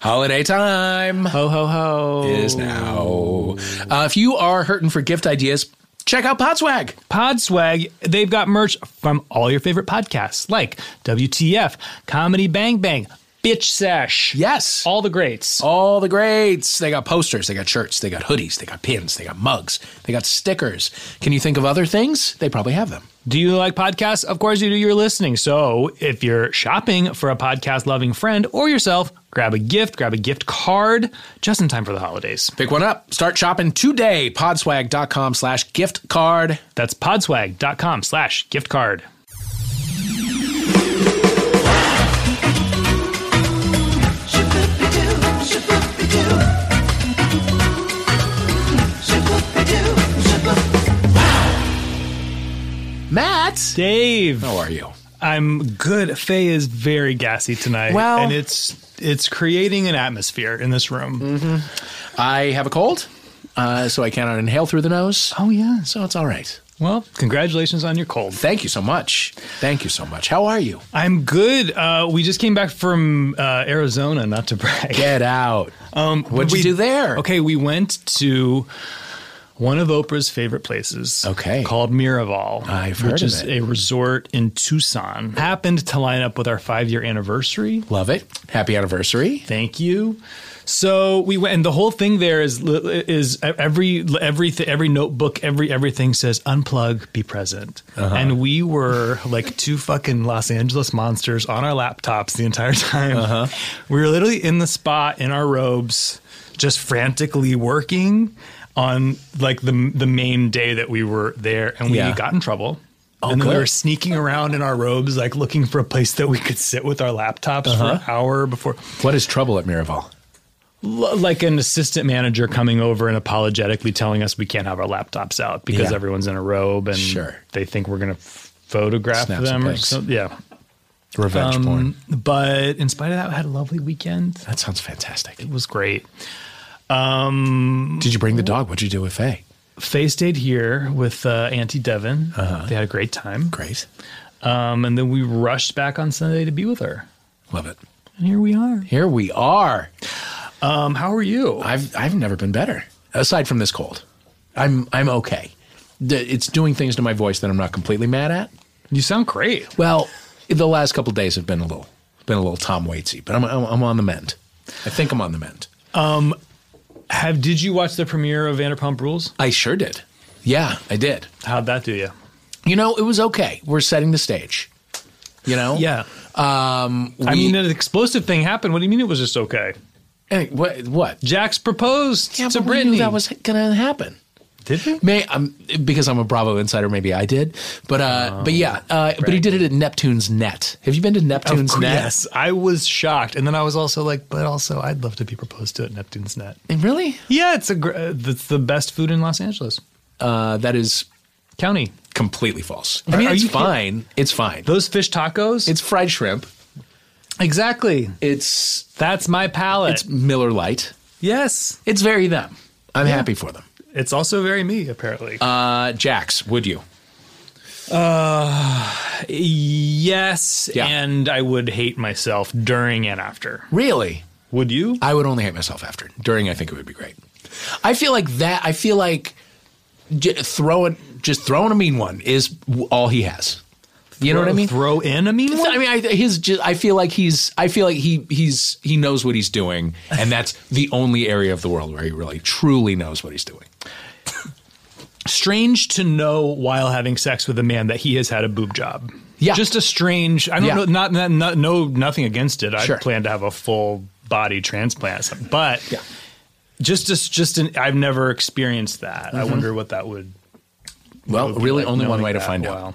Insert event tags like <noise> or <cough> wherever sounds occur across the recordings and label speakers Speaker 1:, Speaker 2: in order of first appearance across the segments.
Speaker 1: Holiday time
Speaker 2: Ho ho ho!
Speaker 1: is now. Uh, if you are hurting for gift ideas, check out Podswag.
Speaker 2: Pod Swag, they've got merch from all your favorite podcasts like WTF, Comedy Bang Bang, Bitch Sesh.
Speaker 1: Yes.
Speaker 2: All the greats.
Speaker 1: All the greats. They got posters, they got shirts, they got hoodies, they got pins, they got mugs, they got stickers. Can you think of other things? They probably have them.
Speaker 2: Do you like podcasts? Of course you do. You're listening. So if you're shopping for a podcast loving friend or yourself, grab a gift, grab a gift card just in time for the holidays.
Speaker 1: Pick one up. Start shopping today. Podswag.com slash gift card.
Speaker 2: That's podswag.com slash gift card.
Speaker 1: Matt,
Speaker 2: Dave,
Speaker 1: how are you?
Speaker 2: I'm good. Faye is very gassy tonight.
Speaker 1: Well-
Speaker 2: and it's it's creating an atmosphere in this room.
Speaker 1: I have a cold, uh, so I cannot inhale through the nose.
Speaker 2: Oh yeah.
Speaker 1: So it's all right.
Speaker 2: Well, congratulations on your cold.
Speaker 1: Thank you so much. Thank you so much. How are you?
Speaker 2: I'm good. Uh, we just came back from uh, Arizona, not to brag.
Speaker 1: Get out.
Speaker 2: Um,
Speaker 1: What'd you
Speaker 2: we-
Speaker 1: do there?
Speaker 2: Okay, we went to one of Oprah's favorite places.
Speaker 1: Okay.
Speaker 2: called Miraval.
Speaker 1: I've
Speaker 2: which
Speaker 1: heard of
Speaker 2: is
Speaker 1: it.
Speaker 2: a resort in Tucson. Happened to line up with our five year anniversary.
Speaker 1: Love it. Happy anniversary.
Speaker 2: Thank you. So we went, and the whole thing there is is every every every notebook, every everything says unplug, be present,
Speaker 1: Uh-huh.
Speaker 2: and we were like two fucking Los Angeles monsters on our laptops the entire time.
Speaker 1: Uh-huh.
Speaker 2: We were literally in the spot in our robes, just frantically working on like the the main day that we were there, and we
Speaker 1: Yeah. Oh,
Speaker 2: got in trouble. and then we
Speaker 1: good.
Speaker 2: were sneaking around in our robes, like looking for a place that we could sit with our laptops
Speaker 1: Uh-huh.
Speaker 2: for an hour before
Speaker 1: What is trouble at Miraval?
Speaker 2: l- like an assistant manager coming over and apologetically telling us we can't have our laptops out because
Speaker 1: Yeah.
Speaker 2: everyone's in a robe and
Speaker 1: Sure.
Speaker 2: they think we're going to photograph
Speaker 1: Snap some
Speaker 2: them or
Speaker 1: pics.
Speaker 2: something. Yeah.
Speaker 1: Revenge
Speaker 2: Um,
Speaker 1: porn.
Speaker 2: But in spite of that, we had a lovely weekend.
Speaker 1: That sounds fantastic.
Speaker 2: It was great.
Speaker 1: Did you bring the dog? What'd you do with Faye?
Speaker 2: Faye stayed here with uh, Auntie Devin.
Speaker 1: Uh-huh.
Speaker 2: They had a great time.
Speaker 1: Great.
Speaker 2: Um, and then we rushed back on Sunday to be with her.
Speaker 1: Love it.
Speaker 2: And here we are.
Speaker 1: Here we are.
Speaker 2: Um, how are you?
Speaker 1: I've I've never been better. Aside from this cold, I'm I'm okay. D- It's doing things to my voice that I'm not completely mad at.
Speaker 2: You sound great.
Speaker 1: Well, the last couple days have been a little been a little Tom Waitsy, but I'm, I'm I'm on the mend. I think I'm on the mend.
Speaker 2: Have did you watch the premiere of Vanderpump Rules?
Speaker 1: I sure did. Yeah, I did.
Speaker 2: How'd that do you?
Speaker 1: You know, it was okay. We're setting the stage. You know.
Speaker 2: Yeah.
Speaker 1: Um.
Speaker 2: I
Speaker 1: we-
Speaker 2: mean, an explosive thing happened. What do you mean it was just okay?
Speaker 1: eh, what? What?
Speaker 2: Jax proposed
Speaker 1: Yeah,
Speaker 2: to
Speaker 1: but we knew
Speaker 2: Brittany.
Speaker 1: that was gonna happen.
Speaker 2: did he?
Speaker 1: May um, because I'm a Bravo insider, maybe I did, but uh,
Speaker 2: Oh,
Speaker 1: but yeah, uh, but he did it at Neptune's Net. Have you been to Neptune's Net?
Speaker 2: Yes, I was shocked, and then I was also like, but also I'd love to be proposed to at Neptune's Net.
Speaker 1: And really,
Speaker 2: Yeah, it's a gr- uh, that's the best food in Los Angeles
Speaker 1: uh, that is
Speaker 2: County.
Speaker 1: completely false. I
Speaker 2: Are-
Speaker 1: mean,
Speaker 2: are
Speaker 1: it's
Speaker 2: you kidding?
Speaker 1: fine. It's fine.
Speaker 2: Those fish tacos.
Speaker 1: It's fried shrimp.
Speaker 2: exactly.
Speaker 1: It's
Speaker 2: That's my palate.
Speaker 1: it's Miller Lite.
Speaker 2: yes,
Speaker 1: It's very them. I'm happy for them.
Speaker 2: it's also very me apparently.
Speaker 1: Uh, Jax, would you?
Speaker 2: yes,
Speaker 1: yeah.
Speaker 2: and I would hate myself during and after.
Speaker 1: Really?
Speaker 2: Would you?
Speaker 1: I would only hate myself after. During, I think it would be great. I feel like that. I feel like j- throwing just throwing a mean one is w- all he has. You know what I mean?
Speaker 2: Throw in a mean one.
Speaker 1: I mean, I, his. ju- I feel like he's. I feel like he. He's. He knows what he's doing, and that's the only area of the world where he really truly knows what he's doing.
Speaker 2: strange to know while having sex with a man that he has had a boob job.
Speaker 1: Yeah.
Speaker 2: just a strange. I don't
Speaker 1: Yeah.
Speaker 2: know. Not, not, not no nothing against it. I
Speaker 1: Sure.
Speaker 2: plan to have a full body transplant, or something, but
Speaker 1: Yeah.
Speaker 2: just just just an. I've never experienced that. I wonder what that would.
Speaker 1: Mm-hmm. Well,
Speaker 2: would be
Speaker 1: really,
Speaker 2: like
Speaker 1: only one
Speaker 2: knowing
Speaker 1: way to
Speaker 2: that.
Speaker 1: find out.
Speaker 2: Wow.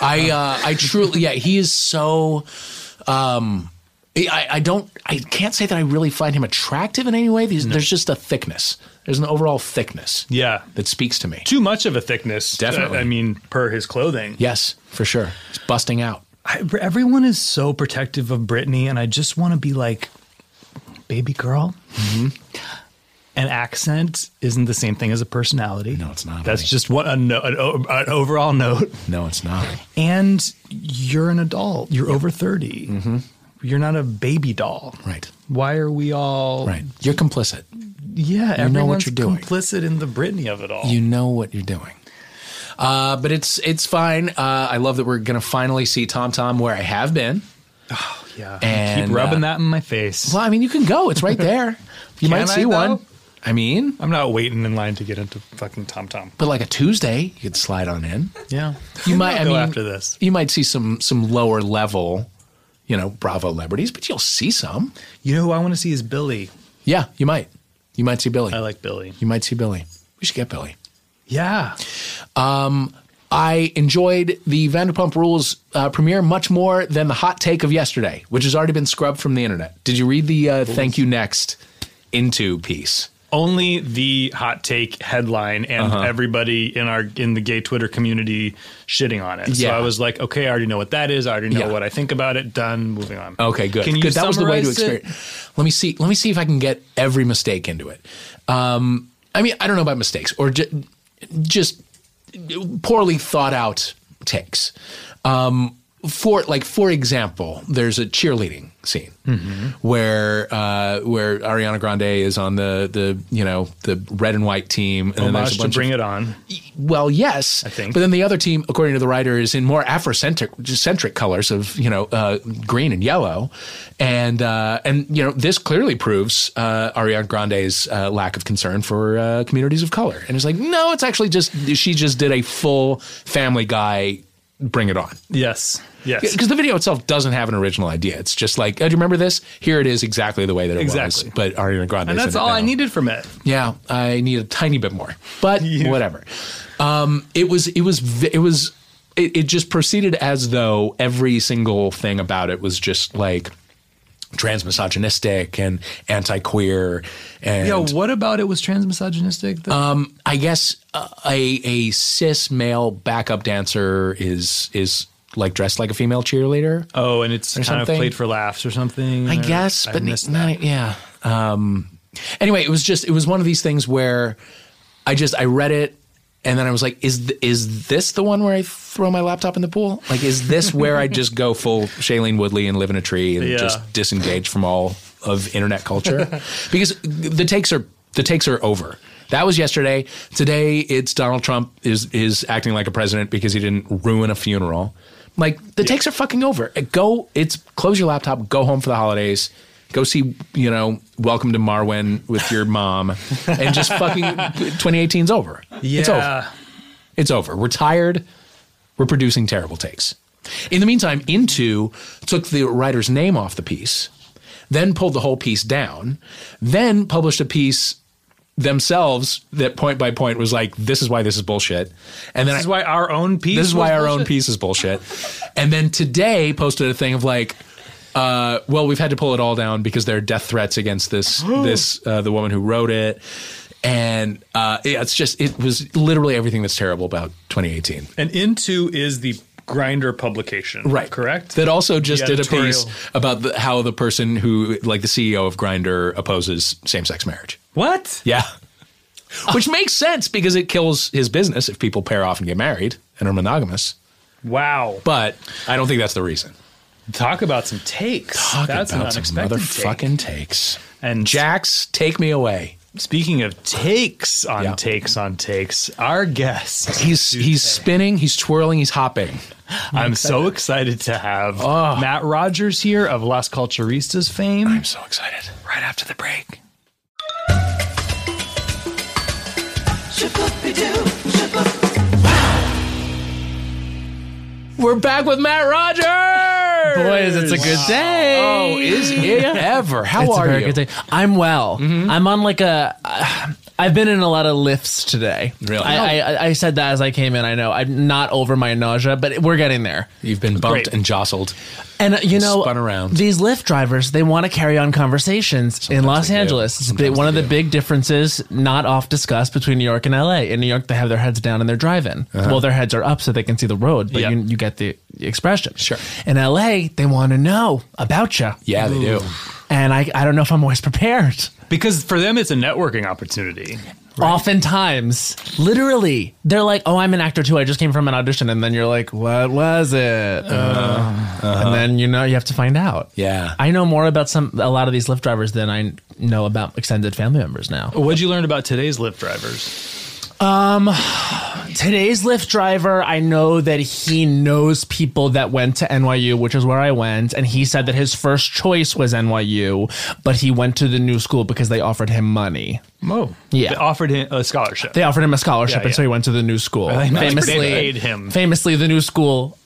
Speaker 1: I. Uh, I truly. Yeah, he is so. Um, I, I don't. I can't say that I really find him attractive in any way. There's, there's just a thickness. There's an overall thickness
Speaker 2: Yeah,
Speaker 1: that speaks to me.
Speaker 2: too much of a thickness. uh,
Speaker 1: Definitely.
Speaker 2: I, I mean, per his clothing.
Speaker 1: Yes, for sure. He's busting out.
Speaker 2: I, everyone is so protective of Britney, and I just want to be like, baby girl.
Speaker 1: Mm-hmm.
Speaker 2: An accent isn't the same thing as a personality.
Speaker 1: No, it's not,
Speaker 2: That's
Speaker 1: honey.
Speaker 2: just what a no, an, o- an overall note.
Speaker 1: No, it's not.
Speaker 2: And you're an adult. You're over 30 Mm-hmm. You're not a baby doll.
Speaker 1: Right.
Speaker 2: Why are we all
Speaker 1: Right. You're complicit.
Speaker 2: Yeah,
Speaker 1: You
Speaker 2: everyone's
Speaker 1: know what you're doing.
Speaker 2: complicit in the Britney of it all.
Speaker 1: You know what you're doing. Uh, but it's it's fine. Uh, I love that we're gonna finally see Tom Tom where I have been.
Speaker 2: yeah.
Speaker 1: And,
Speaker 2: keep rubbing
Speaker 1: uh,
Speaker 2: that in my face.
Speaker 1: Well, I mean, you can go. It's right there. You
Speaker 2: <laughs> Can
Speaker 1: might see
Speaker 2: I,
Speaker 1: one.
Speaker 2: though?
Speaker 1: I mean,
Speaker 2: I'm not waiting in line to get into fucking Tom Tom.
Speaker 1: but like a Tuesday, you could slide on in.
Speaker 2: Yeah.
Speaker 1: You might.
Speaker 2: <laughs> I'll
Speaker 1: I
Speaker 2: go
Speaker 1: mean,
Speaker 2: after this.
Speaker 1: you might see some some lower level, you know, Bravo celebrities, but you'll see some.
Speaker 2: You know who I want to see is Billy.
Speaker 1: Yeah, you might. You might see Billy.
Speaker 2: I like Billy.
Speaker 1: you might see Billy. We should get Billy.
Speaker 2: Yeah.
Speaker 1: I enjoyed the Vanderpump Rules uh, premiere much more than the hot take of yesterday, which has already been scrubbed from the internet. Did you read the uh, "Thank You Next" into piece?
Speaker 2: Only the hot take headline and
Speaker 1: Uh-huh.
Speaker 2: everybody in our in the gay Twitter community shitting on it.
Speaker 1: Yeah.
Speaker 2: So I was like, okay, I already know what that is. I already know
Speaker 1: Yeah.
Speaker 2: what I think about it. Done. Moving on.
Speaker 1: Okay, good.
Speaker 2: Can you
Speaker 1: good. That was the way to
Speaker 2: summarize it?
Speaker 1: experience. Let me see. Let me see if I can get every mistake into it. Um, I mean, I don't know about mistakes or ju- just poorly thought out takes. Um, for like, for example, there's a cheerleading scene
Speaker 2: Mm-hmm.
Speaker 1: where uh, where Ariana Grande is on the the you know the red and white team, and then
Speaker 2: Homage
Speaker 1: there's a
Speaker 2: to
Speaker 1: bunch of
Speaker 2: bring it on.
Speaker 1: well, yes, I
Speaker 2: think.
Speaker 1: But then the other team, according to the writer, is in more Afrocentric centric colors of you know uh, green and yellow, and uh, and you know this clearly proves uh, Ariana Grande's uh, lack of concern for uh, communities of color. And it's like, no, it's actually just she just did a full Family Guy. Bring it on.
Speaker 2: Yes. Yes.
Speaker 1: Because the video itself doesn't have an original idea. It's just like, oh, do you remember this? Here it is exactly the way that it
Speaker 2: Exactly.
Speaker 1: was. But Ariana Grande.
Speaker 2: And that's all I needed from it.
Speaker 1: Yeah, I need a tiny bit more, but whatever. Um, it was it was v- it was it, it just proceeded as though every single thing about it was just like transmisogynistic and anti-queer and
Speaker 2: Yeah, what about it was transmisogynistic? though?
Speaker 1: I guess uh, a a cis male backup dancer is is like dressed like a female cheerleader.
Speaker 2: oh, and it's kind
Speaker 1: something?
Speaker 2: of played for laughs or something.
Speaker 1: I guess, but
Speaker 2: missed
Speaker 1: n- not, yeah. Um, anyway, it was just it was one of these things where I just I read it and then I was like, is th- is this the one where I throw my laptop in the pool? Like, is this where
Speaker 2: <laughs>
Speaker 1: I just go full Shailene Woodley and live in a tree and
Speaker 2: Yeah.
Speaker 1: just disengage from all of internet culture? because the takes are the takes are over. That was yesterday. Today, it's Donald Trump is is acting like a president because he didn't ruin a funeral. Like the takes are fucking over. Uh, Go, it's close your laptop. Go home for the holidays. Go see, you know, Welcome to Marwen with your mom, and just fucking 2018's over.
Speaker 2: yeah.
Speaker 1: It's over. It's over. We're tired. We're producing terrible takes. In the meantime, Into took the writer's name off the piece, then pulled the whole piece down, then published a piece themselves that point by point was like, this is why this is bullshit. And then
Speaker 2: This is
Speaker 1: I-
Speaker 2: why our own piece.
Speaker 1: this is why
Speaker 2: was
Speaker 1: our own
Speaker 2: bullshit.
Speaker 1: piece is bullshit. and then today posted a thing of like, uh, well, we've had to pull it all down because there are death threats against
Speaker 2: <gasps>
Speaker 1: this this uh, the woman who wrote it, and uh, yeah, it's just it was literally everything that's terrible about 2018.
Speaker 2: And into is the grinder publication. Correct?
Speaker 1: That also just
Speaker 2: The
Speaker 1: did a
Speaker 2: editorial.
Speaker 1: piece about the, how the person who like the CEO of Grinder opposes same sex marriage.
Speaker 2: what? <laughs>
Speaker 1: Yeah. Which makes sense because it kills his business if people pair off and get married and are monogamous.
Speaker 2: Wow.
Speaker 1: But I don't think that's the reason.
Speaker 2: Talk about some takes.
Speaker 1: Talk
Speaker 2: That's
Speaker 1: about
Speaker 2: an
Speaker 1: some motherfucking
Speaker 2: unexpected take.
Speaker 1: takes.
Speaker 2: And Jack,
Speaker 1: Jax, take me away.
Speaker 2: speaking of takes on
Speaker 1: Yeah.
Speaker 2: takes on takes, our guest.
Speaker 1: <laughs> He's he's spinning, he's twirling, he's hopping.
Speaker 2: I'm so excited to have Matt Rogers here of Las Culturistas fame.
Speaker 1: Ah. I'm so excited.
Speaker 2: right after the break.
Speaker 1: We're back with Matt Rogers.
Speaker 3: Boys, it's a good day.
Speaker 1: Oh, is it ever? How
Speaker 3: it's
Speaker 1: are
Speaker 3: a very
Speaker 1: you? Mm-hmm.
Speaker 3: good day. I'm well. I'm on like a. have been in a lot of lifts today.
Speaker 1: Really?
Speaker 3: I, I, I said that as I came in. I know I'm not over my nausea, but we're getting there.
Speaker 1: You've been bumped
Speaker 2: Great.
Speaker 1: and jostled.
Speaker 3: And uh, you know,
Speaker 1: spun around.
Speaker 3: these Lyft drivers, they want to carry on conversations in Los
Speaker 1: they do.
Speaker 3: Angeles. It's a bit-
Speaker 1: Sometimes
Speaker 3: one of
Speaker 1: they
Speaker 3: the
Speaker 1: do.
Speaker 3: big differences, not oft discussed, between New York and LA. In New York, they have their heads down and they're driving.
Speaker 1: Uh-huh.
Speaker 3: Well, their heads are up so they can see the road, but
Speaker 2: Yeah.
Speaker 3: you, you get the expression.
Speaker 1: Sure.
Speaker 3: In LA, they want to know about you.
Speaker 1: Yeah, they do.
Speaker 3: And I, I don't know if I'm always prepared.
Speaker 2: because for them it's a networking opportunity.
Speaker 3: Oftentimes, literally, they're like, "Oh, I'm an actor too. I just came from an audition," and then you're like, "What was it?" Uh, And then you know you have to find out.
Speaker 1: Yeah.
Speaker 3: I know more about some a lot of these Lyft drivers than I know about extended family members now.
Speaker 2: What'd you learn about today's Lyft drivers?
Speaker 3: Today's Lyft driver, I know that he knows people that went to NYU, which is where I went, and he said that his first choice was NYU, but he went to the new school because they offered him money.
Speaker 2: Mo.
Speaker 3: Yeah.
Speaker 2: They offered him a scholarship.
Speaker 3: They offered him a scholarship,
Speaker 2: Yeah,
Speaker 3: and so
Speaker 2: yeah.
Speaker 3: he went to the new school.
Speaker 2: Right.
Speaker 3: Famously,
Speaker 2: They paid him.
Speaker 3: Famously, the new school,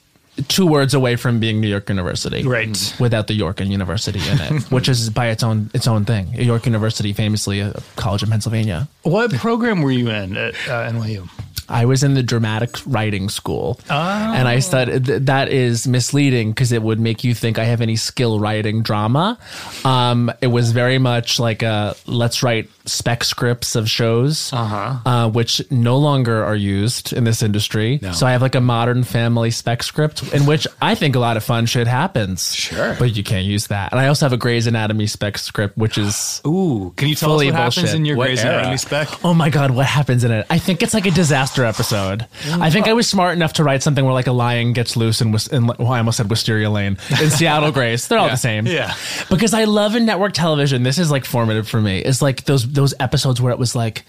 Speaker 3: two words away from being New York University,
Speaker 2: Right.
Speaker 3: Without the York and University in it,
Speaker 2: <laughs>
Speaker 3: which is by its own its own thing. York University, famously a college in Pennsylvania.
Speaker 2: What program were you in at uh, NYU?
Speaker 3: I was in the dramatic writing school, and I studied. Th- that is misleading because it would make you think I have any skill writing drama. Um, it was very much like a let's write spec scripts of shows, uh-huh. which no longer are used in this industry. So I have like a Modern Family spec script in which I think a lot of fun shit happens.
Speaker 1: Sure.
Speaker 3: but you can't use that. And I also have a Grey's Anatomy spec script, which is.
Speaker 2: Ooh, can you tell
Speaker 3: Fully
Speaker 2: us what happens
Speaker 3: bullshit.
Speaker 2: in your
Speaker 1: What
Speaker 2: Grey's
Speaker 1: era?
Speaker 2: Anatomy spec?
Speaker 3: Oh my god, what happens in it? I think it's like a disaster episode. I think I was smart enough to write something where like a lion gets loose in, Wis- in well, I almost said Wisteria Lane in
Speaker 2: <laughs>
Speaker 3: Seattle Grace. They're all the same.
Speaker 2: Yeah.
Speaker 3: Because I love in network television. This is like formative for me. It's like those those episodes where it was like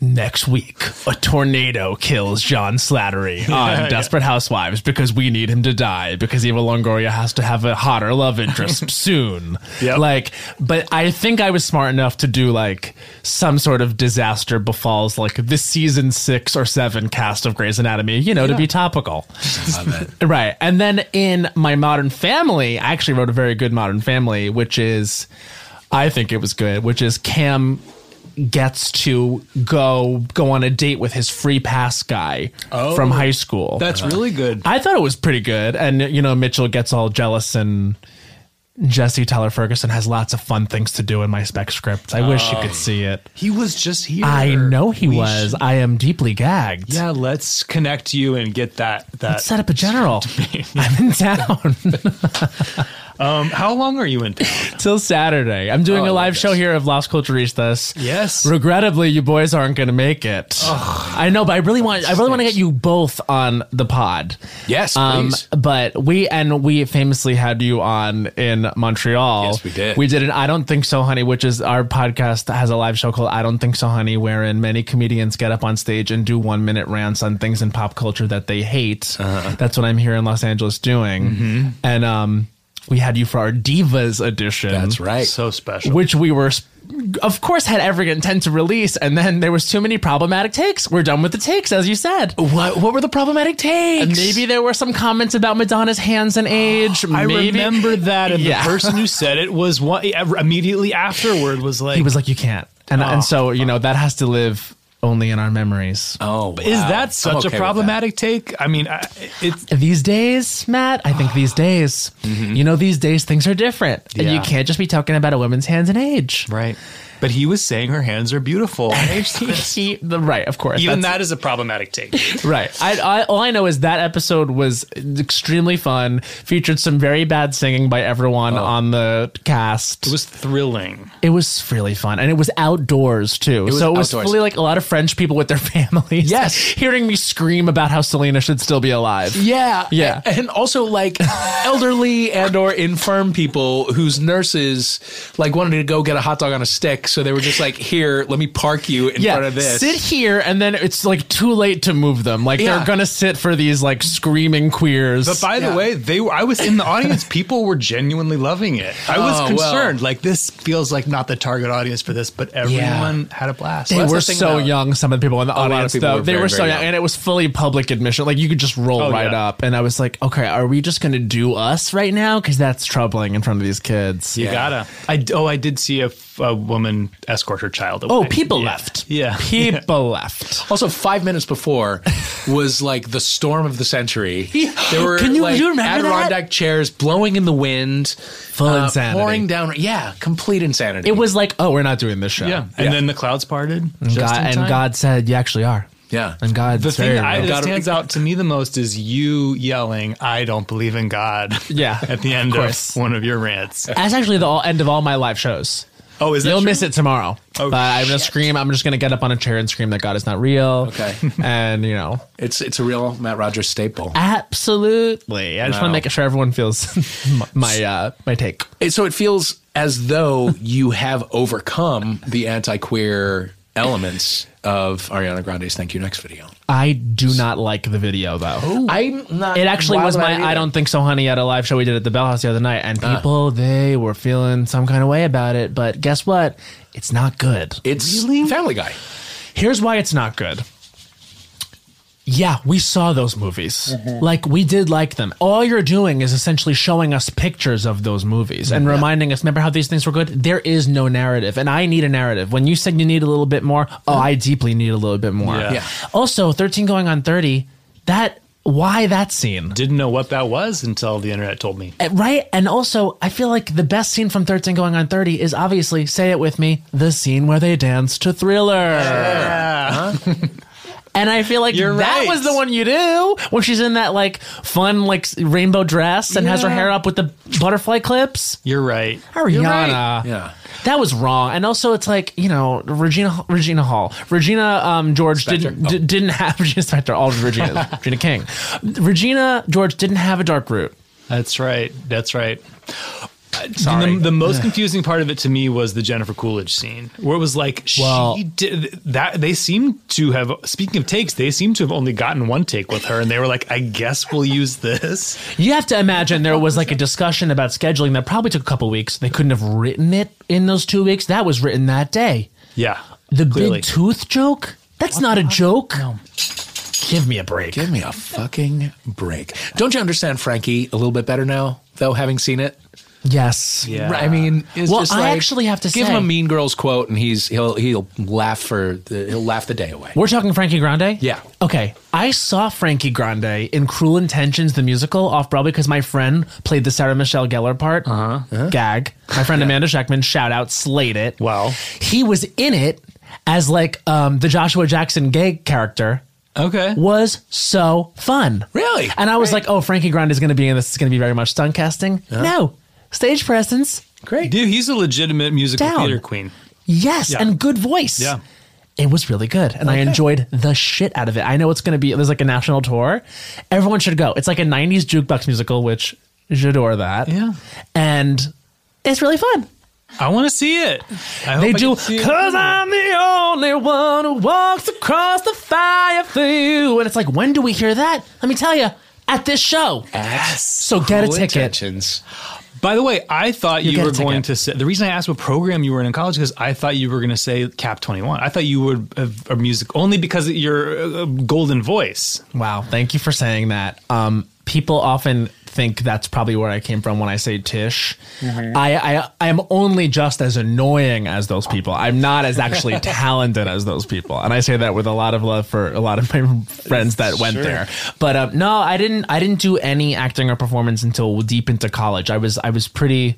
Speaker 3: next week a tornado kills
Speaker 2: <laughs>
Speaker 3: John Slattery on Desperate Housewives because we need him to die because Eva Longoria has to have a hotter love interest soon.
Speaker 2: Yep.
Speaker 3: Like, but I think I was smart enough to do like some sort of disaster befalls like the season six or seven cast of Grey's Anatomy, you know, to be topical. <laughs> Right. And then in my Modern Family, I actually wrote a very good Modern Family, which is, I think it was good, which is Cam gets to go go on a date with his free pass guy from high school.
Speaker 2: That's really good.
Speaker 3: Uh, I thought it was pretty good. And, you know, Mitchell gets all jealous and Jesse Tyler Ferguson has lots of fun things to do in my spec script. I wish you could see it.
Speaker 2: He was just Oh. here.
Speaker 3: I know he
Speaker 2: We
Speaker 3: was.
Speaker 2: should-
Speaker 3: I am deeply gagged.
Speaker 2: yeah, let's connect you and get that. That.
Speaker 3: Set up
Speaker 2: <laughs>
Speaker 3: a general. I'm in town. <laughs>
Speaker 2: um, how long are you in?
Speaker 3: till Saturday. I'm doing
Speaker 2: Oh, I
Speaker 3: a
Speaker 2: love
Speaker 3: live
Speaker 2: this.
Speaker 3: show here of Las Culturistas.
Speaker 2: Yes.
Speaker 3: Regrettably, you boys aren't going to make it. I know, but I really want I really want to get you both on the pod.
Speaker 1: Yes,
Speaker 3: Um,
Speaker 1: please.
Speaker 3: but we and we famously had you on in Montreal.
Speaker 1: Yes, we did.
Speaker 3: We did an I don't think so, honey, which is our podcast that has a live show called I don't think so, honey, wherein many comedians get up on stage and do one minute rants on things in pop culture that they hate. That's what I'm here in Los Angeles doing, and um, we had you for our divas edition.
Speaker 1: That's right.
Speaker 2: So special.
Speaker 3: Which we were, of course, had every intent to release, and then there was too many problematic takes. We're done with the takes, as you said.
Speaker 1: what what were the problematic takes?
Speaker 3: And maybe there were some comments about Madonna's hands and age.
Speaker 2: I
Speaker 3: maybe.
Speaker 2: remember that, and
Speaker 3: Yeah.
Speaker 2: the person who said it was one e, immediately afterward was like,
Speaker 3: he was like, "You can't," and
Speaker 2: Oh.
Speaker 3: and so you know that has to live only in our memories.
Speaker 1: Oh, wow.
Speaker 2: "Is
Speaker 1: I'm
Speaker 2: that such
Speaker 1: okay with
Speaker 2: a
Speaker 1: that.
Speaker 2: problematic take?" I mean, I, it's
Speaker 3: These days, Matt, I think these days, you know, these days things are different, and you
Speaker 2: Mm-hmm. Yeah.
Speaker 3: can't just be talking about a woman's hands and age.
Speaker 2: right, but he was saying her hands are beautiful.
Speaker 3: <laughs> He- the- right, of course.
Speaker 2: Even
Speaker 3: That's-
Speaker 2: that is a problematic take.
Speaker 3: Right. I, I all I know is that episode was extremely fun. Featured some very bad singing by everyone
Speaker 2: Oh.
Speaker 3: on the cast.
Speaker 2: It was thrilling.
Speaker 3: It was really fun, and it was outdoors too.
Speaker 1: was
Speaker 3: so it was
Speaker 1: outdoors.
Speaker 3: really like a lot of French people with their <laughs> families.
Speaker 1: Yes.
Speaker 3: hearing me scream about how Selena should still be alive.
Speaker 1: Yeah,
Speaker 3: Yeah.
Speaker 1: a- and also like <laughs> elderly and or infirm people whose nurses like wanted to go get a hot dog on a stick, so they were just like, "Here, let me park you in front
Speaker 3: Yeah,
Speaker 1: of this."
Speaker 3: sit here, and then it's like too late to move them. Like
Speaker 1: Yeah.
Speaker 3: they're gonna sit for these like screaming queers.
Speaker 2: But by
Speaker 1: Yeah.
Speaker 2: the way, they were, I was in the audience. <laughs> People were genuinely loving it. I was
Speaker 1: Oh, well.
Speaker 2: concerned. Like this feels like not the target audience for this, but everyone had a blast.
Speaker 3: they
Speaker 1: that's
Speaker 3: were
Speaker 1: the thing
Speaker 3: so
Speaker 1: about-
Speaker 3: young. Some of the people in the
Speaker 1: of
Speaker 3: audience,
Speaker 1: people
Speaker 3: though,
Speaker 1: were
Speaker 3: they
Speaker 1: very,
Speaker 3: were so
Speaker 1: very
Speaker 3: young,
Speaker 1: young.
Speaker 3: and it was fully public admission. Like you could just roll
Speaker 2: Oh,
Speaker 3: right
Speaker 2: yeah.
Speaker 3: up, and I was like, okay, are we just gonna do us right now? Because that's troubling in front of these kids.
Speaker 2: you
Speaker 1: Yeah.
Speaker 2: gotta. I d- oh, I did see a, f- a woman escort her child. Away.
Speaker 3: Oh, people
Speaker 2: Yeah.
Speaker 3: left.
Speaker 1: <laughs>
Speaker 2: Yeah.
Speaker 3: people left.
Speaker 1: Also, five minutes before was like the storm of the century. There were
Speaker 3: Can you-
Speaker 1: like
Speaker 3: you remember that?
Speaker 1: Adirondack chairs blowing in the wind, full
Speaker 3: insanity.
Speaker 1: pouring down. Yeah, complete insanity.
Speaker 3: It was like, oh, we're not doing this show.
Speaker 2: Yeah. And then the clouds parted. just
Speaker 3: God,
Speaker 2: in
Speaker 3: and
Speaker 2: time.
Speaker 3: God said, you actually are.
Speaker 1: Yeah.
Speaker 3: And God,
Speaker 2: The
Speaker 3: it's
Speaker 2: thing
Speaker 3: very
Speaker 2: I,
Speaker 3: real.
Speaker 2: that
Speaker 1: Gotta-
Speaker 2: stands out to me the most is you yelling, "I don't believe in God."
Speaker 3: Yeah,
Speaker 2: <laughs> at the end
Speaker 3: of
Speaker 2: of,
Speaker 3: course.
Speaker 2: one of your rants.
Speaker 3: That's actually the all, end of all my live shows.
Speaker 2: Oh, is that
Speaker 3: You'll
Speaker 2: true?
Speaker 3: miss it tomorrow.
Speaker 2: Oh,
Speaker 3: but I'm gonna
Speaker 2: shit.
Speaker 3: scream. I'm just gonna get up on a chair and scream that God is not real.
Speaker 1: Okay.
Speaker 3: <laughs> and you know,
Speaker 1: It's it's a real Matt Rogers staple.
Speaker 3: absolutely. I just want
Speaker 1: Wow.
Speaker 3: to make sure everyone feels <laughs> my my, uh, my take.
Speaker 1: It- so it feels as though you have overcome the anti-queer elements of Ariana Grande's "Thank You" next video.
Speaker 3: I do not like the video though.
Speaker 1: I'm not.
Speaker 3: It actually
Speaker 1: wild
Speaker 3: was
Speaker 1: about
Speaker 3: my
Speaker 1: it
Speaker 3: I
Speaker 1: either.
Speaker 3: don't think so, honey, at a live show we did at the Bell House the other night, and
Speaker 2: Uh.
Speaker 3: people they were feeling some kind of way about it. But guess what? It's not good.
Speaker 1: It's Family Guy.
Speaker 3: Here's why it's not good. Yeah, we saw those movies. Like we did like them. All you're doing is essentially showing us pictures of those movies and reminding us, remember how these things were good? There is no narrative. And I need a narrative. When you said you need a little bit more, oh, I deeply need a little bit more.
Speaker 2: Yeah.
Speaker 1: Yeah.
Speaker 3: Also, 13 going on 30, that why that scene?
Speaker 2: Didn't know what that was until the internet told me.
Speaker 3: Uh, Right. And also, I feel like the best scene from 13 going on 30 is obviously, say it with me, the scene where they dance to Thriller. <laughs> and I feel like
Speaker 2: You're
Speaker 3: that
Speaker 2: right.
Speaker 3: was the one you do when she's in that like fun, like s- rainbow dress and has her
Speaker 1: Yeah.
Speaker 3: hair up with the butterfly clips.
Speaker 2: You're right.
Speaker 3: Ariana.
Speaker 1: Yeah.
Speaker 3: That was wrong, and also it's like you know Regina Regina Hall, Regina um, George didn't d- didn't have <laughs> Regina Spektor, all Regina Regina King, Regina George didn't have a dark root.
Speaker 2: That's right. That's right.
Speaker 3: Sorry.
Speaker 2: Uh, The, the most confusing part of it to me was the Jennifer Coolidge scene, where it was like
Speaker 3: Well-
Speaker 2: she did that. They seem to have. Speaking of takes, they seem to have only gotten one take with her, and they were like, "I guess we'll use this."
Speaker 3: You have to imagine there was like a discussion about scheduling that probably took a couple weeks. They couldn't have written it in those two weeks. That was written that day.
Speaker 2: Yeah,
Speaker 3: The
Speaker 2: Clearly.
Speaker 3: big tooth joke? That's not a joke. Give me a break.
Speaker 1: Give me a fucking break. Don't you understand Frankie a little bit better now, though, having seen it?
Speaker 3: Yes.
Speaker 2: Yeah.
Speaker 1: I mean, it's
Speaker 3: Well,
Speaker 1: just
Speaker 3: I
Speaker 1: like,
Speaker 3: actually have to
Speaker 1: give him
Speaker 3: say-
Speaker 1: a Mean Girls quote, and he's he'll he'll laugh for the, he'll laugh the day away.
Speaker 3: We're talking Frankie Grande?
Speaker 1: Yeah.
Speaker 3: Okay. I saw Frankie Grande in Cruel Intentions, the musical, off Broadway because my friend played the Sarah Michelle Gellar part. Uh-huh. Gag. My friend Amanda Scheckman, shout out, slayed it.
Speaker 2: Wow.
Speaker 3: He was in it as like um, the Joshua Jackson gay character.
Speaker 2: Okay.
Speaker 3: was so fun.
Speaker 1: Really?
Speaker 3: And I was like, oh, Frankie Grande is going to be in this. It's going to be very much stunt casting. No, stage presence.
Speaker 1: Great.
Speaker 2: Dude, he's a legitimate musical
Speaker 3: Down.
Speaker 2: theater queen.
Speaker 3: Yes, and good voice.
Speaker 2: Yeah.
Speaker 3: It was really good. And I enjoyed the shit out of it. I know it's going to be, there's like a national tour. Everyone should go. It's like a 90s jukebox musical, which j'adore that.
Speaker 2: Yeah.
Speaker 3: And it's really fun.
Speaker 2: I want to see it. I
Speaker 3: They
Speaker 2: hope I
Speaker 3: do,
Speaker 2: can see it.
Speaker 3: cause I'm the only one who walks across the fire for you. And it's like, when do we hear that? Let me tell you, at this show. So get a
Speaker 1: Cool
Speaker 3: ticket.
Speaker 1: intentions.
Speaker 2: By the way, I thought you,
Speaker 3: get a
Speaker 2: were going
Speaker 3: ticket.
Speaker 2: to say the reason I asked what program you were in in college because I thought you were going to say Cap Twenty One. I thought you would have a music only because of your uh, golden voice.
Speaker 3: Wow, thank you for saying that. Um, people often think that's probably where I came from when I say Tish. I, I I am only just as annoying as those people. I'm not as actually talented as those people, and I say that with a lot of love for a lot of my friends that went there. But um, no, I didn't. I didn't do any acting or performance until deep into college. I was I was pretty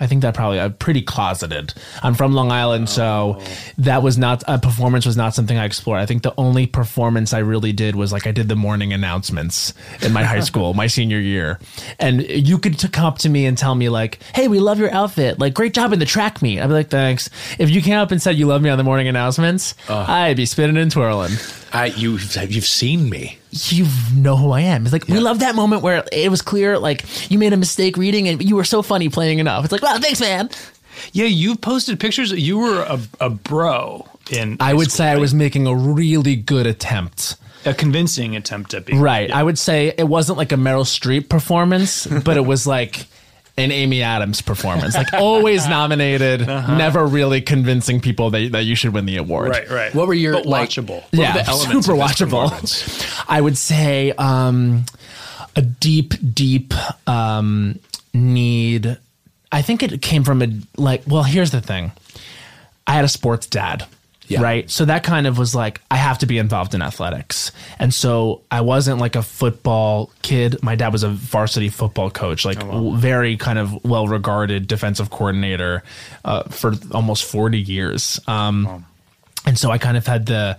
Speaker 3: I think that probably I'm pretty closeted. I'm from Long Island, so that was not a performance was not something I explored. I think the only performance I really did was like I did the morning announcements in my high school, my senior year, and you could t- come up to me and tell me like, "Hey, we love your outfit. Like, great job in the track meet." I'd be like, "Thanks." If you came up and said you love me on the morning announcements, I'd be spinning and twirling.
Speaker 1: I you you've seen me.
Speaker 3: You know who I am. It's like we love that moment where it was clear like you made a mistake reading and you were so funny playing it off. It's like, "Wow, thanks, man."
Speaker 2: Yeah, you posted pictures. You were a, a bro in
Speaker 3: I would say I was making a really good attempt.
Speaker 2: a convincing attempt at being
Speaker 3: Right. I would say it wasn't like a Meryl Streep performance, <laughs> but it was like an Amy Adams performance. Like always nominated, <laughs> never really convincing people that, that you should win the award.
Speaker 2: Right, right.
Speaker 1: What were your
Speaker 2: But
Speaker 1: like,
Speaker 2: watchable?
Speaker 1: what were
Speaker 3: yeah,
Speaker 1: the elements
Speaker 3: super
Speaker 1: of this performance?
Speaker 3: watchable. I would say um, a deep, deep um, need. I think it came from a like. Well, here's the thing. I had a sports dad.
Speaker 1: Yeah.
Speaker 3: Right. So that kind of was like, I have to be involved in athletics. And so I wasn't like a football kid. My dad was a varsity football coach, like
Speaker 1: Oh,
Speaker 3: w- very kind of well regarded defensive coordinator uh, for almost 40 years. Um, and so I kind of had the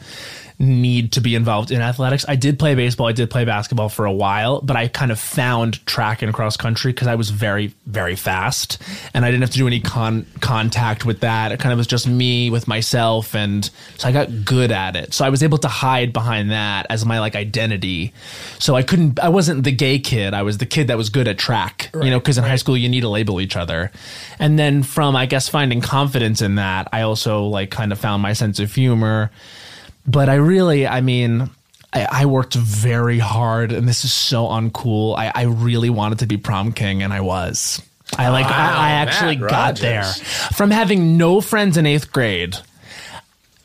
Speaker 3: need to be involved in athletics. I did play baseball, I did play basketball for a while, but I kind of found track and cross country because I was very, very fast and I didn't have to do any con- contact with that. It kind of was just me with myself. And so I got good at it. So I was able to hide behind that as my like identity. So I couldn't, I wasn't the gay kid. I was the kid that was good at track, you know, because in high school you need to label each other. And then from, I guess, finding confidence in that, I also like kind of found my sense of humor but I really, I mean, I, I worked very hard, and this is so uncool. I, I really wanted to be prom king, and I was. I like, I, I
Speaker 1: Matt
Speaker 3: actually got
Speaker 1: Rogers.
Speaker 3: there from having no friends in eighth grade.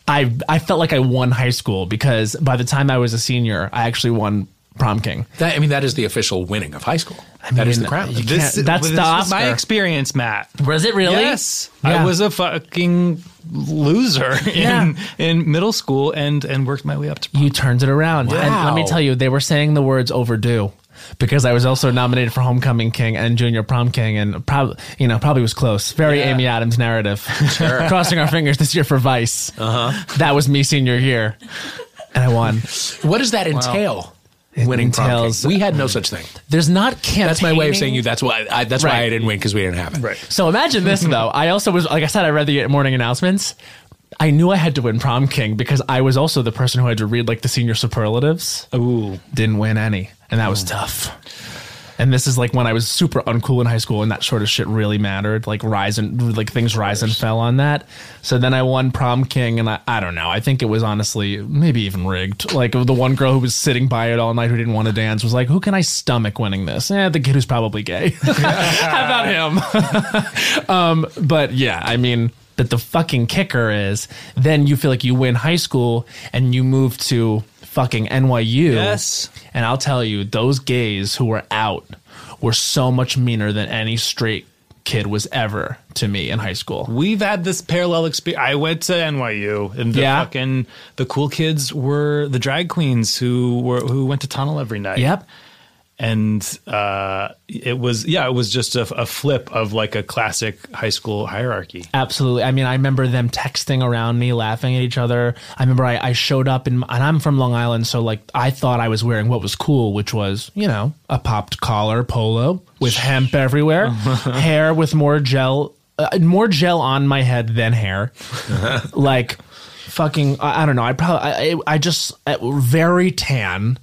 Speaker 3: I I felt like I won high school because by the time I was a senior, I actually won prom king.
Speaker 1: That, I mean, that is the official winning of high school. that is
Speaker 3: mean,
Speaker 1: the crown.
Speaker 3: you can't- that's
Speaker 2: this
Speaker 3: the
Speaker 2: was my
Speaker 3: Oscar.
Speaker 2: experience, Matt.
Speaker 3: Was it really?
Speaker 2: Yes,
Speaker 3: Yeah.
Speaker 2: I was a fucking loser <laughs> in
Speaker 3: Yeah.
Speaker 2: in middle school and and worked my way up to.
Speaker 3: You turned it around. And let me
Speaker 1: Wow.
Speaker 3: tell you, they were saying the words overdue because I was also nominated for Homecoming King and Junior Prom King and probably, you know, probably was close. Very Amy Adams narrative. <laughs> Crossing our fingers this year for Vice. Uh-huh. That was me senior year. And I won.
Speaker 1: what does that entail? winning prom
Speaker 3: entails-
Speaker 1: king? We had no such thing.
Speaker 3: There's not campaigning.
Speaker 1: That's my way of saying you. That's why. I, that's why
Speaker 3: Right.
Speaker 1: I didn't win because we didn't have it. Right.
Speaker 3: So imagine
Speaker 1: <laughs>
Speaker 3: this though. I also was like I said, I read the morning announcements. I knew I had to win prom king because I was also the person who had to read like the senior superlatives. Ooh, didn't win any, and that was tough. And this is like when I was super uncool in high school, and that sort of shit really mattered. Like rise and like things rise and fell on that. So then I won prom king, and I, I don't know. I think it was honestly maybe even rigged. Like the one girl who was sitting by it all night who didn't want to dance was like, "Who can I stomach winning this?" Eh, the kid who's probably gay. <laughs> How about him? But yeah, I mean, but the fucking kicker is then you feel like you win high school and you move to fucking NYU.
Speaker 2: Yes.
Speaker 3: And I'll tell you, those gays who were out were so much meaner than any straight kid was ever to me in high school.
Speaker 2: We've had this parallel experience. I went to NYU, and the
Speaker 3: Yeah.
Speaker 2: fucking the cool kids were the drag queens who were who went to tunnel every night.
Speaker 3: Yep.
Speaker 2: and uh, it was yeah, it was just a, a flip of like a classic high school hierarchy.
Speaker 3: Absolutely. I mean, I remember them texting around me, laughing at each other. I remember I, I showed up in, and I'm from Long Island, so like I thought I was wearing what was cool, which was you know a popped collar polo with hemp everywhere, hair with more gel, uh, more gel on my head than hair, like fucking I, I don't know. I probably I, I- I just uh, very tan,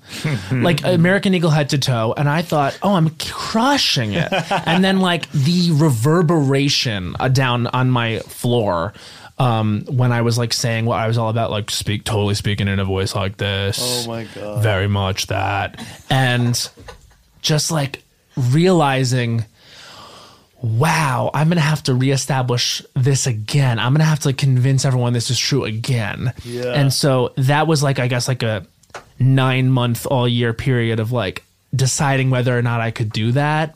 Speaker 3: <laughs> like American Eagle head to toe, and I thought, oh, I'm crushing <laughs> it. and then like the reverberation uh, down on my floor. Um, when I was like saying what I was all about, like speak totally speaking in a voice like this. Oh my god! Very much that, and just like realizing wow, I'm gonna have to reestablish this again. I'm gonna have to like, convince everyone this is true again. Yeah. And so that was like, I guess, like a nine month all year period of like deciding whether or not I could do that.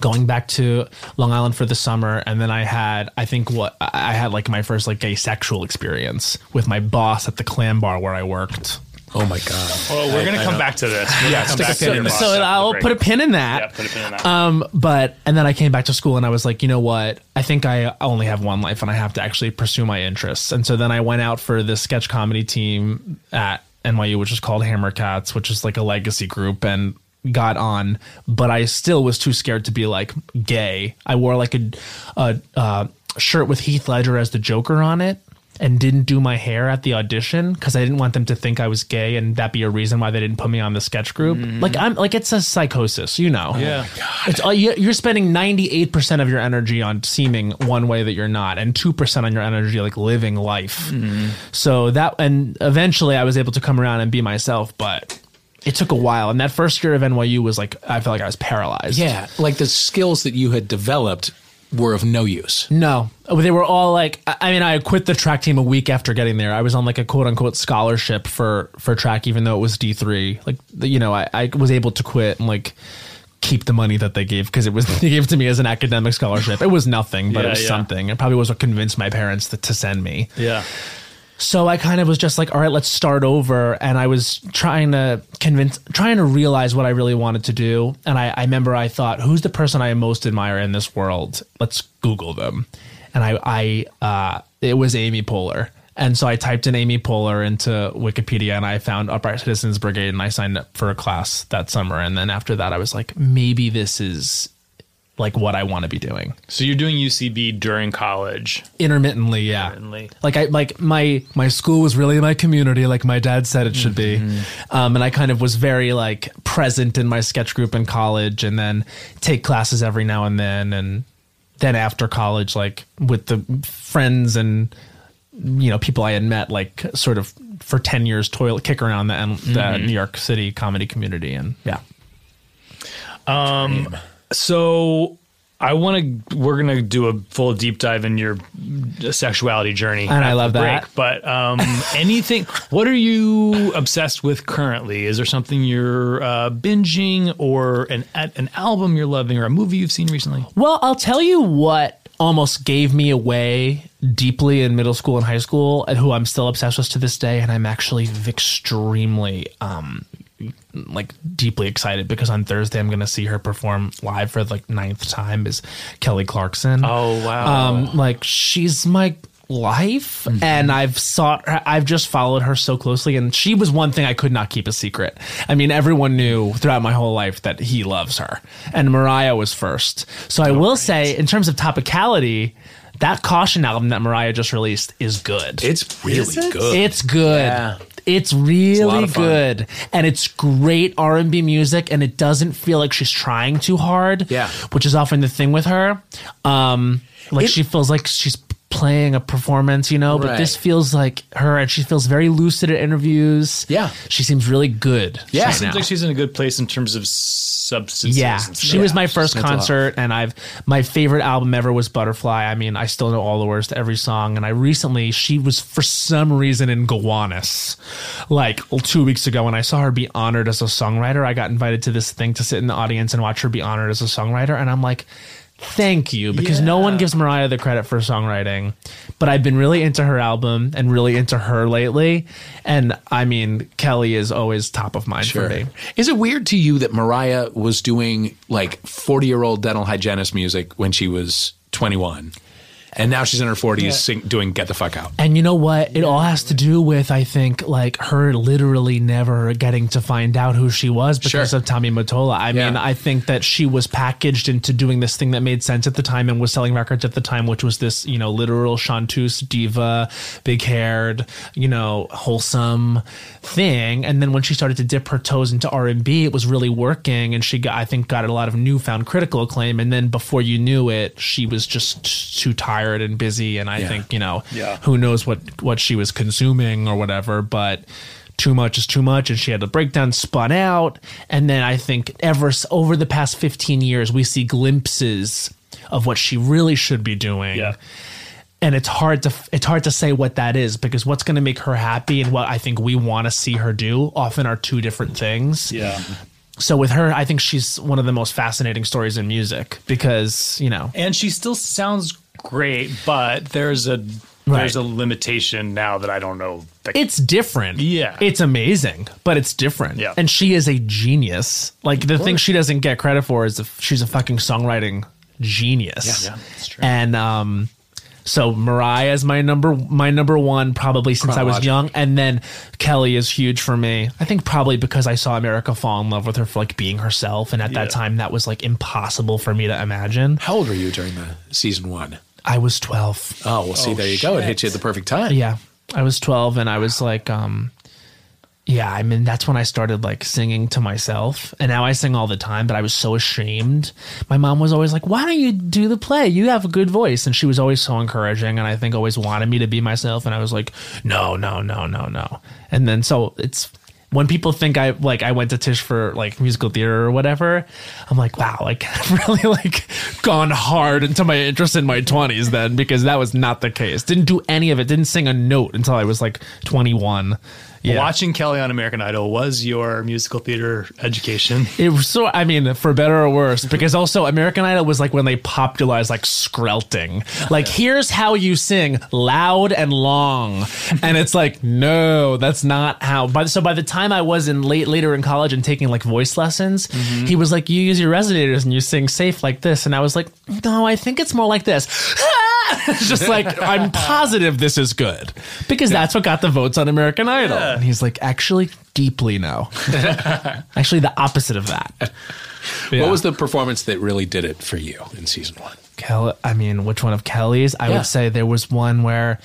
Speaker 3: Going back to Long Island for the summer, and then I had, I think, what I I had like my first like gay sexual experience with my boss at the clam bar where I worked.
Speaker 1: Oh my god.
Speaker 2: Oh, we're gonna come back to this. Yeah,
Speaker 1: stick a pin in this.
Speaker 3: So I'll put a pin in that.
Speaker 2: yeah, put a pin in that.
Speaker 3: Um, but and then I came back to school and I was like, you know what? I think I only have one life and I have to actually pursue my interests. And so then I went out for the sketch comedy team at NYU, which is called Hammer Cats, which is like a legacy group, and got on. But I still was too scared to be like gay. I wore like a, a uh, shirt with Heath Ledger as the Joker on it. And didn't do my hair at the audition because I didn't want them to think I was gay and that be a reason why they didn't put me on the sketch group. Like I'm like it's a psychosis, you know.
Speaker 2: Yeah.
Speaker 3: It's all, you- you're spending 98% of your energy on seeming one way that you're not, and 2% on your energy like living life. So that, and eventually I was able to come around and be myself, but it took a while. And that first year of NYU was like, I felt like I was paralyzed.
Speaker 1: Yeah, like the skills that you had developed were of no use.
Speaker 3: No, they were all like. I I mean, I quit the track team a week after getting there. I was on like a quote unquote scholarship for for track, even though it was D three. Like you know, I, I was able to quit and like keep the money that they gave because it was <laughs> they gave it to me as an academic scholarship. It was nothing, but
Speaker 2: Yeah,
Speaker 3: it was
Speaker 2: yeah.
Speaker 3: something. It probably was what convinced my parents to, to send me.
Speaker 2: yeah.
Speaker 3: So I kind of was just like, all right, let's start over. And I was trying to convince, trying to realize what I really wanted to do. And I, I remember I thought, who's the person I most admire in this world? Let's Google them. And I, I, uh, it was Amy Poehler. And so I typed in Amy Poehler into Wikipedia and I found Upright Citizens Brigade and I signed up for a class that summer. And then after that, I was like, maybe this is like what I want to be doing
Speaker 2: So you're doing UCB during college.
Speaker 3: intermittently. Yeah.
Speaker 2: Intermittently.
Speaker 3: Like I, like my, my school was really my community. Like my dad said it should be. Um, and I kind of was very like present in my sketch group in college and then take classes every now and then. And then after college, like with the friends and, you know, people I had met like sort of for 10 years toilet kick around the, the New York city comedy community. And yeah.
Speaker 2: So I want to. We're gonna do a full deep dive in your sexuality journey,
Speaker 3: And I
Speaker 2: after
Speaker 3: love
Speaker 2: the
Speaker 3: that.
Speaker 2: But um,
Speaker 3: <laughs>
Speaker 2: anything? What are you obsessed with currently? Is there something you're uh, binging, or an an album you're loving, or a movie you've seen recently?
Speaker 3: Well, I'll tell you what almost gave me away deeply in middle school and high school, and who I'm still obsessed with to this day, and I'm actually extremely um like deeply excited because on Thursday I'm gonna see her perform live for the like ninth time is Kelly Clarkson.
Speaker 2: Oh, wow.
Speaker 3: Um like she's my life and I've sought her I've just followed her so closely and she was one thing I could not keep a secret. I mean everyone knew throughout my whole life that he loves her. And Mariah was first. So I will say in terms of topicality, that caution album that Mariah just released is good.
Speaker 1: It's really good.
Speaker 3: It's good.
Speaker 1: Yeah.
Speaker 3: It's really
Speaker 1: of fun.
Speaker 3: good, and it's great R and B music, and it doesn't feel like she's trying too hard.
Speaker 1: Yeah.
Speaker 3: which is often the thing with her. Um, like
Speaker 1: It-
Speaker 3: she feels like she's playing a performance, you know. But this
Speaker 1: Right.
Speaker 3: feels like her, and she feels very lucid at interviews.
Speaker 1: Yeah.
Speaker 3: she seems really good.
Speaker 1: Yeah.
Speaker 3: right
Speaker 1: Seems
Speaker 3: now.
Speaker 2: Seems like she's in a good place in terms of substances.
Speaker 3: Yeah,
Speaker 2: and
Speaker 3: she
Speaker 2: stuff.
Speaker 3: was my first
Speaker 1: meant a lot.
Speaker 3: concert, and I've my favorite album ever was Butterfly. I mean, I still know all the words to every song, and I recently she was for some reason in Gowanus, like two weeks ago when I saw her be honored as a songwriter. I got invited to this thing to sit in the audience and watch her be honored as a songwriter, and I'm like. Thank you, because no one gives Mariah the credit for songwriting. But I've been really into her album and really into her lately. And I mean, Kelly is always top of mind for me.
Speaker 1: Is it weird to you that Mariah was doing like 40 year old dental hygienist music when she was 21? And now she's in her 40s sing, doing Get the Fuck Out.
Speaker 3: And you know what? It all has to do with, I think, like her literally never getting to find out who she was because
Speaker 1: Sure.
Speaker 3: of Tommy Mottola. I mean,
Speaker 1: Yeah.
Speaker 3: I think that she was packaged into doing this thing that made sense at the time and was selling records at the time, which was this, you know, literal chanteuse diva, big haired, you know, wholesome thing. And then when she started to dip her toes into R and B, it was really working, and she got, I think, got a lot of newfound critical acclaim. And then before you knew it, she was just t- too tired and busy, and I
Speaker 1: Yeah.
Speaker 3: think you know who knows what what she was consuming or whatever but too much is too much and she had the breakdown spun out and then i think ever s- over the past 15 years we see glimpses of what she really should be doing
Speaker 2: Yeah.
Speaker 3: and it's hard to f- it's hard to say what that is because what's going to make her happy and what i think we want to see her do often are two different things
Speaker 2: Yeah.
Speaker 3: so with her i think she's one of the most fascinating stories in music because you know
Speaker 2: and she still sounds great, but there's a
Speaker 3: Right.
Speaker 2: there's a limitation now that I don't know. That
Speaker 3: it's different.
Speaker 2: Yeah.
Speaker 3: It's amazing, but it's different.
Speaker 2: Yeah.
Speaker 3: And she is a genius. Like the thing she doesn't get credit for is the, she's a fucking songwriting genius.
Speaker 2: Yeah. Yeah, that's true.
Speaker 3: And um so Mariah is my number my number one probably since I was
Speaker 1: Chronological.
Speaker 3: young and then Kelly is huge for me. I think probably because I saw America fall in love with her for like being herself and at
Speaker 2: Yeah.
Speaker 3: that time that was like impossible for me to imagine.
Speaker 1: How old were you during the season one?
Speaker 3: I was 12.
Speaker 1: Oh, well, see, there you go. It hit you at the perfect time.
Speaker 3: Yeah. I was 12 and I was like, um, yeah, I mean, that's when I started like singing to myself. And now I sing all the time, but I was so ashamed. My mom was always like, why don't you do the play? You have a good voice. And she was always so encouraging. And I think always wanted me to be myself. And I was like, no, no, no, no, no. And then so it's when people think I like I went to Tisch for like musical theater or whatever, I'm like, wow, like <laughs> I've really like gone hard into my interest in my 20s then because that was not the case. Didn't do any of it. Didn't sing a note until I was like 21. Yeah.
Speaker 2: Watching Kelly on American Idol was your musical theater education.
Speaker 3: It was so, I mean, for better or worse, because also American Idol was like when they popularized like skrelting. Like, here's how you sing loud and long. And it's like, no, that's not how. By, so by the time I was in late, later in college and taking like voice lessons, he was like, you use your resonators and you sing safe like this. <laughs> And I was like, no, I think it's more like this. It's just like I'm positive this is good because that's what got the votes on American Idol. And he's like, actually, deeply no. actually, the opposite of that. Yeah.
Speaker 1: What was the performance that really did it for you in season one?
Speaker 3: Kelly? I mean, which one of Kelly's? I
Speaker 1: Yeah.
Speaker 3: would say there was one where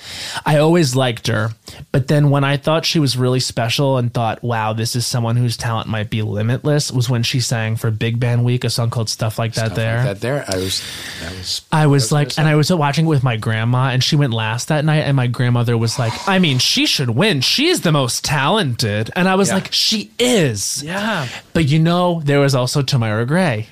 Speaker 3: I always liked her, but then when I thought she was really special and thought, "Wow, this is someone whose talent might be limitless," was when she sang for Big Band Week a song called "Stuff Like That." there,
Speaker 1: that there, I was, I was,
Speaker 3: I was like, and I was watching it with my grandma, and she went last that night, and my grandmother was like, I mean, she should win. She's the most talented. And I was
Speaker 1: Yeah.
Speaker 3: like, she is.
Speaker 2: Yeah.
Speaker 3: But you know, there was also Tamara Gray,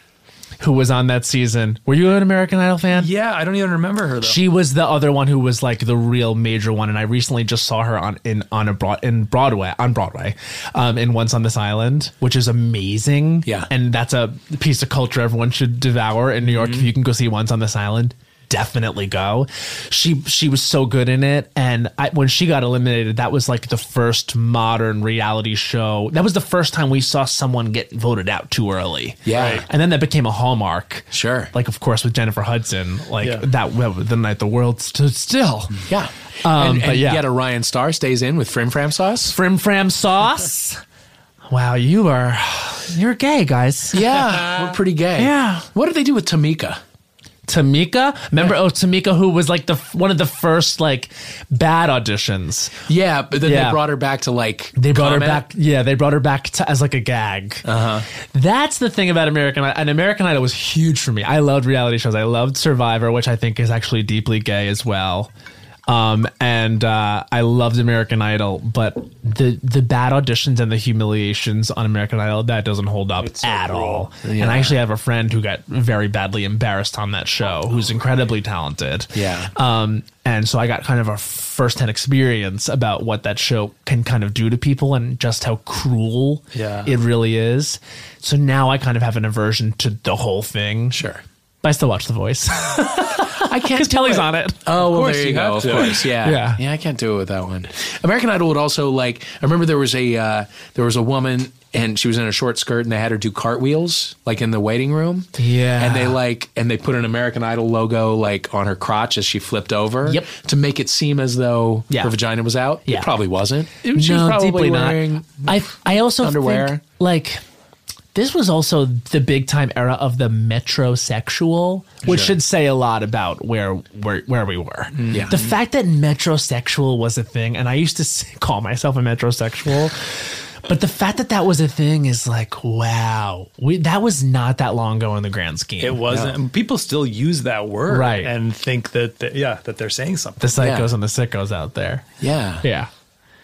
Speaker 3: who was on that season. Were you an American Idol fan?
Speaker 2: Yeah, I don't even remember her though.
Speaker 3: She was the other one who was like the real major one, and I recently just saw her on in on a broad in Broadway on Broadway, um, in Once on This Island, which is amazing.
Speaker 1: Yeah.
Speaker 3: and that's a piece of culture everyone should devour in New York.
Speaker 1: Mm-hmm.
Speaker 3: If you can go see Once on This Island, definitely go. She she was so good in it, and I, when she got eliminated, that was like the first modern reality show. That was the first time we saw someone get voted out too early.
Speaker 1: Yeah. Right.
Speaker 3: and then that became a hallmark
Speaker 1: Sure.
Speaker 3: like of course with Jennifer Hudson, like
Speaker 2: Yeah.
Speaker 3: that that was the night the world stood still.
Speaker 1: yeah.
Speaker 3: Um,
Speaker 1: Hmm. and,
Speaker 3: but
Speaker 1: and
Speaker 3: yeah.
Speaker 1: yet Orion Star stays in with Frim Fram Sauce.
Speaker 3: Frim Fram sauce. <laughs> wow, you are you're gay, guys.
Speaker 1: Yeah, we're pretty gay.
Speaker 3: <laughs> Yeah.
Speaker 1: What did they do with Tamika?
Speaker 3: Tamika, remember? Oh, Tamika, who was like the f- one of the first like bad auditions.
Speaker 1: Yeah, but then
Speaker 3: Yeah.
Speaker 1: they brought her back to like
Speaker 3: They brought her
Speaker 1: comment.
Speaker 3: back. Yeah, they brought her back to, as like a gag. Uh-huh. That's the thing about American Idol. And American Idol was huge for me. I loved reality shows. I loved Survivor, which I think is actually deeply gay as well. Um, and uh, I loved American Idol, but the the bad auditions and the humiliations on American Idol that doesn't hold up at all. And I actually have a friend who got very badly embarrassed on that show, who's incredibly talented.
Speaker 1: Yeah.
Speaker 3: Um, and so I got kind of a firsthand experience about what that show can kind of do to people and just how cruel
Speaker 2: Yeah.
Speaker 3: it really is. So now I kind of have an aversion to the whole thing.
Speaker 1: Sure.
Speaker 3: But I still watch The Voice <laughs>
Speaker 1: I can't.
Speaker 3: because
Speaker 1: do
Speaker 3: Kelly's
Speaker 1: it.
Speaker 3: on it.
Speaker 1: Oh, well,
Speaker 2: course
Speaker 1: there you,
Speaker 2: you
Speaker 1: go.
Speaker 2: have
Speaker 1: Of
Speaker 2: to.
Speaker 1: course, yeah.
Speaker 3: Yeah.
Speaker 1: yeah, I can't do it with that one. American Idol would also like. I remember there was a uh, there was a woman and she was in a short skirt and they had her do cartwheels like in the waiting room.
Speaker 3: Yeah.
Speaker 1: and they like and they put an American Idol logo like on her crotch as she flipped over.
Speaker 3: Yep.
Speaker 1: to make it seem as though
Speaker 3: Yeah.
Speaker 1: her vagina was out.
Speaker 3: Yeah.
Speaker 1: it probably wasn't. It- she was probably wearing.
Speaker 3: I I also
Speaker 1: underwear.
Speaker 3: think, like this was also the big time era of the metrosexual, which
Speaker 1: Sure. Mm.
Speaker 3: should say a lot about where where where we were.
Speaker 1: Yeah.
Speaker 3: The fact that metrosexual was a thing, and I used to s- call myself a metrosexual. But the fact that that was a thing is like, wow, we, that was not that long ago in the grand scheme.
Speaker 2: it wasn't. People still use that word,
Speaker 3: Right.
Speaker 2: And think that they, yeah, that they're saying
Speaker 3: the
Speaker 2: something.
Speaker 3: psychos
Speaker 1: Yeah.
Speaker 3: and the sickos out there.
Speaker 1: Yeah,
Speaker 3: Yeah.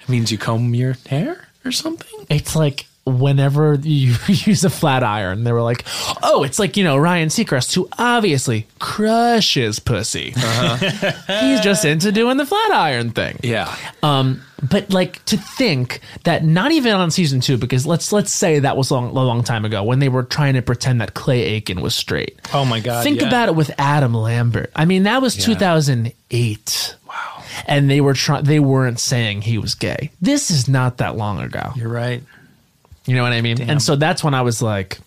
Speaker 1: It means you comb your hair or something.
Speaker 3: It's like whenever you <laughs> use a flat iron, they were like, oh, it's like, you know, Ryan Seacrest, who obviously crushes pussy.
Speaker 2: Uh-huh.
Speaker 3: <laughs> He's just into doing the flat iron thing.
Speaker 1: Yeah,
Speaker 3: Um, but like to think that not even on season two, because let's let's say that was long, a long time ago when they were trying to pretend that Clay Aiken was straight.
Speaker 2: Oh my God,
Speaker 3: Think
Speaker 2: yeah.
Speaker 3: about it with Adam Lambert. I mean, that was 2008. Wow. And they were trying. They weren't saying he was gay. This is not that long ago.
Speaker 2: You're right.
Speaker 3: You know what I mean? And so that's when I was like,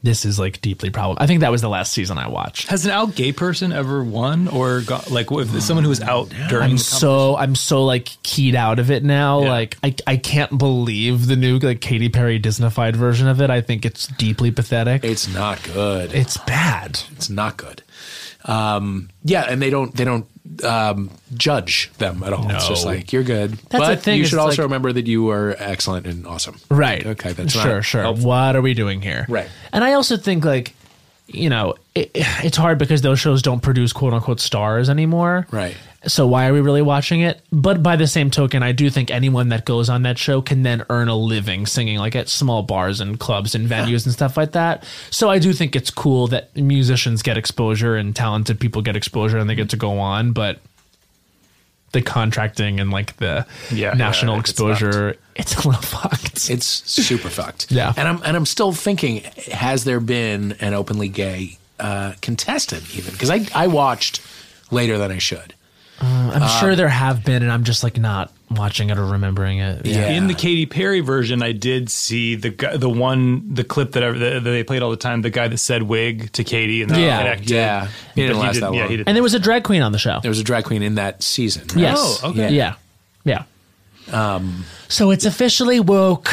Speaker 3: this is like deeply problematic. I think that was the last season I watched.
Speaker 2: Has an out gay person ever won or got like what if someone who was out during?
Speaker 3: I'm
Speaker 2: the
Speaker 3: so I'm so like keyed out of it now.
Speaker 2: Yeah.
Speaker 3: Like I I can't believe the new like Katy Perry Disneyfied version of it. I think it's deeply pathetic.
Speaker 1: it's not good.
Speaker 3: it's bad.
Speaker 1: it's not good. Um, yeah, and they don't they don't um, judge them at all. It's just like you're good,
Speaker 3: That's
Speaker 1: but
Speaker 3: the thing,
Speaker 1: you
Speaker 3: is
Speaker 1: should
Speaker 3: it's
Speaker 1: also
Speaker 3: like-
Speaker 1: remember that you are excellent and awesome.
Speaker 3: Right.
Speaker 1: Okay, that's
Speaker 3: sure,
Speaker 1: not
Speaker 3: sure.
Speaker 1: helpful.
Speaker 3: What are we doing here?
Speaker 1: Right.
Speaker 3: And I also think like, you know, it, it's hard because those shows don't produce quote unquote stars anymore.
Speaker 1: Right.
Speaker 3: So why are we really watching it? But by the same token, I do think anyone that goes on that show can then earn a living singing like at small bars and clubs and venues and stuff like that. So I do think it's cool that musicians get exposure and talented people get exposure and they get to go on, but the contracting and like the
Speaker 2: Yeah,
Speaker 3: national
Speaker 2: yeah, it's
Speaker 3: exposure, it's, <laughs> a little fucked.
Speaker 1: It's super fucked.
Speaker 3: <laughs> Yeah.
Speaker 1: and I'm and I'm still thinking: has there been an openly gay uh, contestant even? Because I I watched later than I should.
Speaker 2: um,
Speaker 3: I'm sure there have been, and I'm just like not watching it or remembering it.
Speaker 1: Yeah.
Speaker 2: In the Katy Perry version, I did see the guy, the one, the clip that, I, that they played all the time. The guy that said "wig" to Katie and then
Speaker 3: Yeah.
Speaker 2: connected.
Speaker 1: Yeah. He didn't
Speaker 2: But
Speaker 1: last that
Speaker 2: yeah,
Speaker 1: long.
Speaker 2: he didn't.
Speaker 3: And there was a drag queen on the show.
Speaker 1: There was a drag queen in that season. right?
Speaker 3: Yes.
Speaker 2: Oh, okay.
Speaker 3: Yeah. Um, Yeah. so it's officially woke.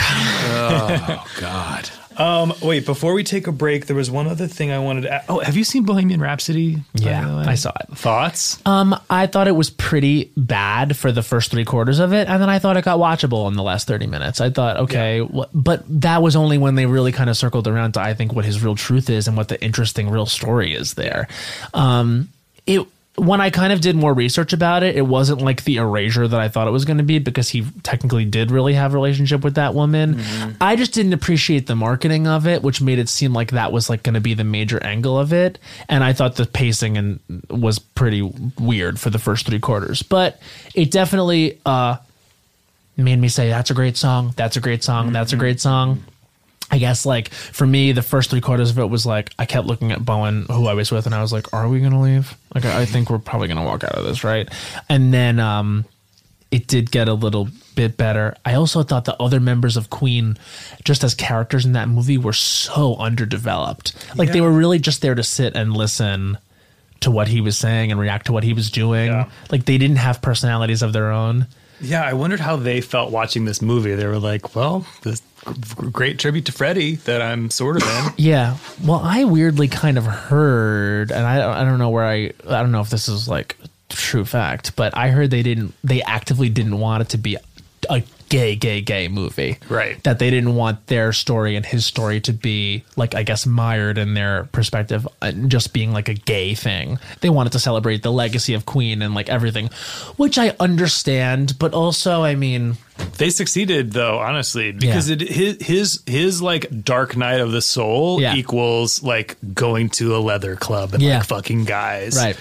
Speaker 1: God.
Speaker 2: Um, wait, before we take a break, there was one other thing I wanted to. Add. Oh, have you seen Bohemian Rhapsody? by
Speaker 3: Yeah,
Speaker 2: the way?
Speaker 3: I saw it.
Speaker 2: Thoughts?
Speaker 3: Um, I thought it was pretty bad for the first three quarters of it, and then I thought it got watchable in the last thirty minutes. I thought, okay, wh- but that was only when they really kind of circled around to I think what his real truth is and what the interesting real story is there. Um, it when I kind of did more research about it, it wasn't like the erasure that I thought it was going to be because he technically did really have a relationship with that woman. I just didn't appreciate the marketing of it, which made it seem like that was like going to be the major angle of it. And I thought the pacing and was pretty weird for the first three quarters, but it definitely uh, made me say, "That's a great song. That's a great song. That's a great song." I guess like for me, the first three quarters of it was like I kept looking at Bowen, who I was with, and I was like, "Are we gonna leave? Like, I I think we're probably gonna walk out of this, right?" And then um, it did get a little bit better. I also thought the other members of Queen, just as characters in that movie, were so underdeveloped. Like they
Speaker 2: Yeah.
Speaker 3: were really just there to sit and listen to what he was saying and react to what he was doing.
Speaker 2: Yeah.
Speaker 3: Like they didn't have personalities of their own.
Speaker 2: Yeah, I wondered how they felt watching this movie. They were like, "Well, this g- great tribute to Freddie that I'm sort of
Speaker 3: <laughs>
Speaker 2: in."
Speaker 3: Yeah. Well, I weirdly kind of heard, and I I don't know where I I don't know if this is like true fact, but I heard they didn't they actively didn't want it to be a gay gay gay movie.
Speaker 2: Right.
Speaker 3: That they didn't want their story and his story to be like I guess mired in their perspective and just being like a gay thing. They wanted to celebrate the legacy of Queen and like everything, which I understand, but also I mean,
Speaker 2: They succeeded though, honestly, because
Speaker 3: Yeah.
Speaker 2: it his, his his like dark night of the soul
Speaker 3: Yeah.
Speaker 2: equals like going to a leather club and
Speaker 3: Yeah.
Speaker 2: like fucking guys.
Speaker 3: right.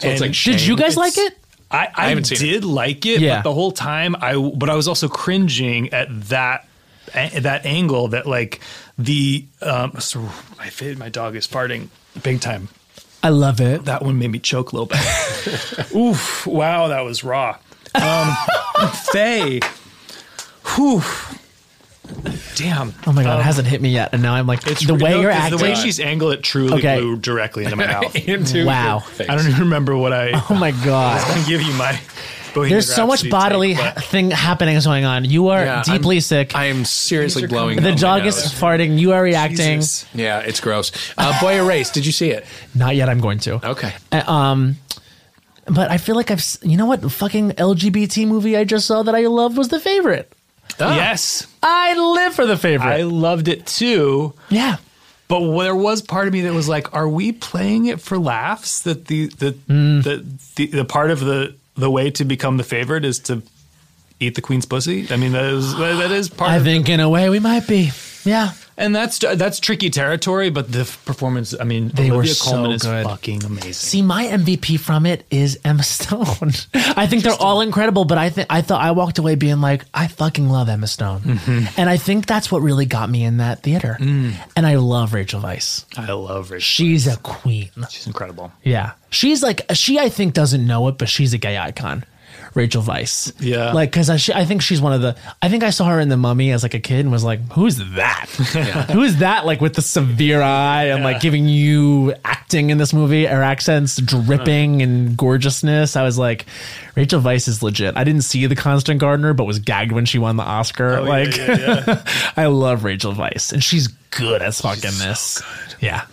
Speaker 1: So it's
Speaker 2: And
Speaker 1: like,
Speaker 3: Did
Speaker 1: shame.
Speaker 3: you guys like
Speaker 2: It's-
Speaker 3: it?
Speaker 2: I, I,
Speaker 1: haven't seen
Speaker 2: did like it,
Speaker 3: Yeah.
Speaker 2: but the whole time I but I was also cringing at that a- that angle that like the um so my fa- my dog is farting big time.
Speaker 3: I love it.
Speaker 2: That one made me choke a little bit.
Speaker 3: <laughs>
Speaker 2: Oof! Wow, that was raw. Um, <laughs> Faye, whew, damn.
Speaker 3: Oh my god, it hasn't hit me yet, and now I'm like, the way
Speaker 2: Um, no,
Speaker 3: you're
Speaker 2: 'cause
Speaker 3: acting.
Speaker 2: The way she's angled it truly
Speaker 3: Okay.
Speaker 2: blew directly
Speaker 3: <laughs>
Speaker 2: into my
Speaker 1: <laughs>
Speaker 2: mouth.
Speaker 1: Into
Speaker 3: Wow.
Speaker 1: your face.
Speaker 2: I don't even remember what I
Speaker 3: oh my god.
Speaker 2: can give you my. Bohemian
Speaker 3: There's so much
Speaker 2: Rhapsody
Speaker 3: bodily
Speaker 2: take,
Speaker 3: ha- <laughs>
Speaker 2: but-
Speaker 3: thing happening going on. You are
Speaker 1: Yeah,
Speaker 3: deeply
Speaker 1: I'm-
Speaker 3: sick.
Speaker 1: I am seriously blowing.
Speaker 3: the
Speaker 1: out my
Speaker 3: dog is
Speaker 1: nose.
Speaker 3: farting. You are reacting.
Speaker 2: Jesus.
Speaker 1: Yeah, it's gross.
Speaker 3: <laughs>
Speaker 1: Uh, Boy Erased. Did you see it?
Speaker 3: Not yet. I'm going to.
Speaker 1: Okay.
Speaker 3: Uh, um, but I feel like I've. s- You know what? Fucking LGBT movie I just saw that I loved was the favorite.
Speaker 2: Oh,
Speaker 1: Ah.
Speaker 2: Yes,
Speaker 3: I live for the favorite.
Speaker 2: I loved it too.
Speaker 3: yeah.
Speaker 2: But wh- there was part of me that was like, "Are we playing it for laughs?" That the the the, the the part of the the way to become the favorite is to eat the queen's pussy. I mean, that is that is part.
Speaker 3: I
Speaker 2: of,
Speaker 3: think in a way we might be. Yeah.
Speaker 2: and that's that's tricky territory. But the f- performance, I mean,
Speaker 3: They were
Speaker 2: Olivia
Speaker 3: so
Speaker 2: Colman is
Speaker 3: good.
Speaker 2: fucking amazing.
Speaker 3: See, my MVP from it is Emma <laughs> Stone. I think they're all incredible, but I think I thought I walked away being like, I fucking love Emma Stone, and I think that's what really got me in that theater. And I love Rachel Weisz.
Speaker 2: I love her.
Speaker 3: She's a queen.
Speaker 2: She's incredible.
Speaker 3: Yeah, she's like she. I think doesn't know it, but she's a gay icon. Rachel Weisz.
Speaker 2: Yeah.
Speaker 3: like because I, she- I think she's one of the. I think I saw her in The Mummy as like a kid and was like, "Who's that? Who is that?" Like with the severe eye and like giving you acting in this movie or accents dripping and gorgeousness. I was like, Rachel Weisz is legit. I didn't see The Constant Gardener, but was gagged when she won the Oscar. like, <laughs> I love Rachel Weisz, and she's good as fuck in this. Yeah.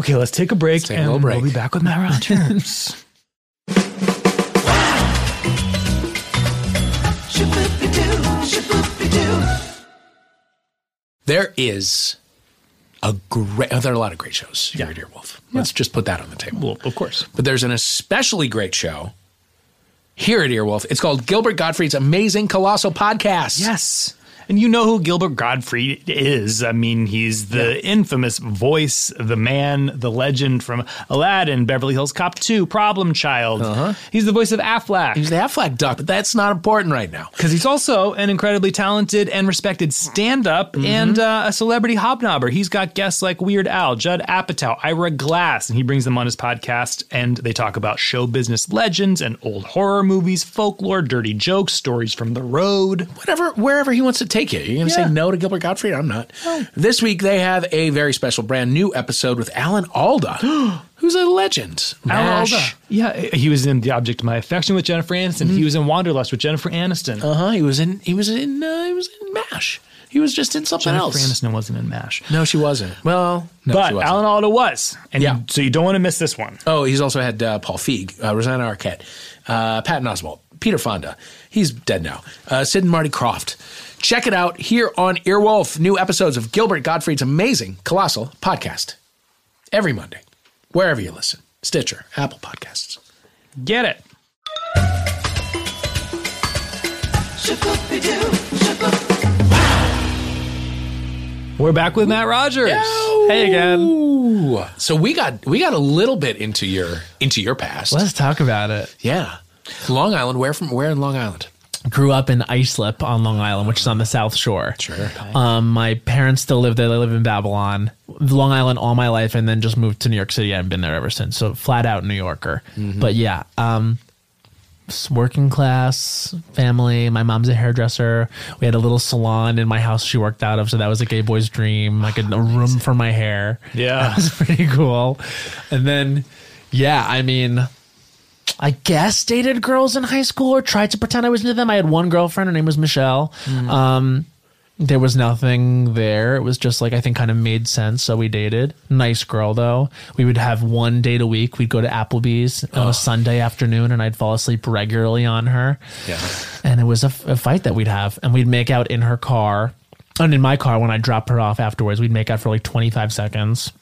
Speaker 2: Okay, let's take a break,
Speaker 1: take a
Speaker 2: and
Speaker 1: little break.
Speaker 2: we'll be back with Matt Rogers.
Speaker 1: There is a great. Oh, there are a lot of great shows. Here at Earwolf. Let's just put that on the table.
Speaker 2: <laughs> well, of course.
Speaker 1: But there's an especially great show here at Earwolf. It's called Gilbert Gottfried's Amazing Colossal Podcast.
Speaker 2: Yes. and you know who Gilbert Godfrey is. I mean, he's the infamous voice, the man, the legend from Aladdin, Beverly Hills Cop 2, Problem Child. He's the voice of Affleck.
Speaker 1: Uh-huh. He's the Affleck duck, but that's not important right now.
Speaker 2: because he's also an incredibly talented and respected stand-up
Speaker 1: Mm-hmm.
Speaker 2: and uh, a celebrity hobnobber. He's got guests like Weird Al, Judd Apatow, Ira Glass, and he brings them on his podcast, and they talk about show business legends and old horror movies, folklore, dirty jokes, stories from the road.
Speaker 1: Whatever, wherever he wants to take you. You're going to
Speaker 2: Yeah.
Speaker 1: say no to Gilbert Gottfried? I'm not. This week they have a very special brand new episode with Alan
Speaker 2: <gasps>
Speaker 1: Alda, who's a legend.
Speaker 2: Al
Speaker 1: MASH.
Speaker 2: Alda. Yeah, he was in The Object of My Affection with Jennifer Aniston. He was in Wanderlust with Jennifer Aniston.
Speaker 1: Uh huh. He was in. He was in. Uh, he was in Mash. He was just in something
Speaker 2: Jennifer
Speaker 1: else.
Speaker 2: Aniston wasn't in MASH.
Speaker 1: No, she wasn't. Well, no, she
Speaker 2: but
Speaker 1: wasn't.
Speaker 2: Alan Alda was. And
Speaker 1: Yeah.
Speaker 2: you- so you don't want to miss this one.
Speaker 1: Oh, he's also had uh, Paul Feig, uh, Rosanna Arquette, uh, Patton Oswalt, Peter Fonda. He's dead now. Uh, Sid and Marty Croft. Check it out here on Earwolf. New episodes of Gilbert Gottfried's amazing, colossal podcast every Monday, wherever you listen. Stitcher, Apple Podcasts.
Speaker 2: Get it. We're back with Matt Rogers.
Speaker 3: Hey again.
Speaker 1: Ooh. So we got we got a little bit into your into your past.
Speaker 3: Let's talk about it.
Speaker 1: Yeah. Long Island. Where from? Where in Long Island?
Speaker 3: Grew up in Islip on Long Island, which is on the South Shore. Um, my parents still live there. They live in Babylon, Long Island, all my life, and then just moved to New York City. I've been there ever since. So flat out New Yorker. But yeah, um, s- working class family. My mom's a hairdresser. We had a little salon in my house she worked out of, so that was a gay boy's dream, like a, a room for my hair.
Speaker 2: Yeah.
Speaker 3: <laughs> that was pretty cool. And then, yeah, I mean. I guess dated girls in high school or tried to pretend I was into them. I had one girlfriend, her name was Michelle. Um, there was nothing there. It was just like I think kind of made sense, so we dated. Nice girl though. We would have one date a week. We'd go to Applebee's on a Sunday afternoon, and I'd fall asleep regularly on her.
Speaker 1: Yeah.
Speaker 3: And it was a, f- a fight that we'd have, and we'd make out in her car, and in my car when I dropped her off afterwards. We'd make out for like twenty five seconds.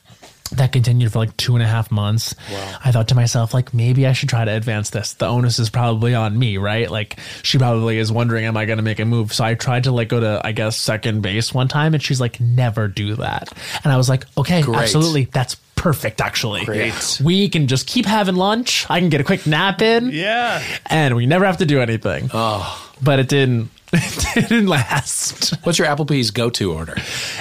Speaker 3: That continued for like two and a half months. I thought to myself, like, maybe I should try to advance this. The onus is probably on me, right? Like, she probably is wondering, am I going to make a move? So I tried to, like, go to, I guess, second base one time, and she's like, never do that. And I was like, okay,
Speaker 1: Great.
Speaker 3: absolutely. That's perfect, actually.
Speaker 1: Great.
Speaker 3: We can just keep having lunch. I can get a quick nap in,
Speaker 2: Yeah.
Speaker 3: and we never have to do
Speaker 1: Oh,
Speaker 3: anything. But it didn't. <laughs> It didn't last.
Speaker 1: What's your Applebee's go-to order?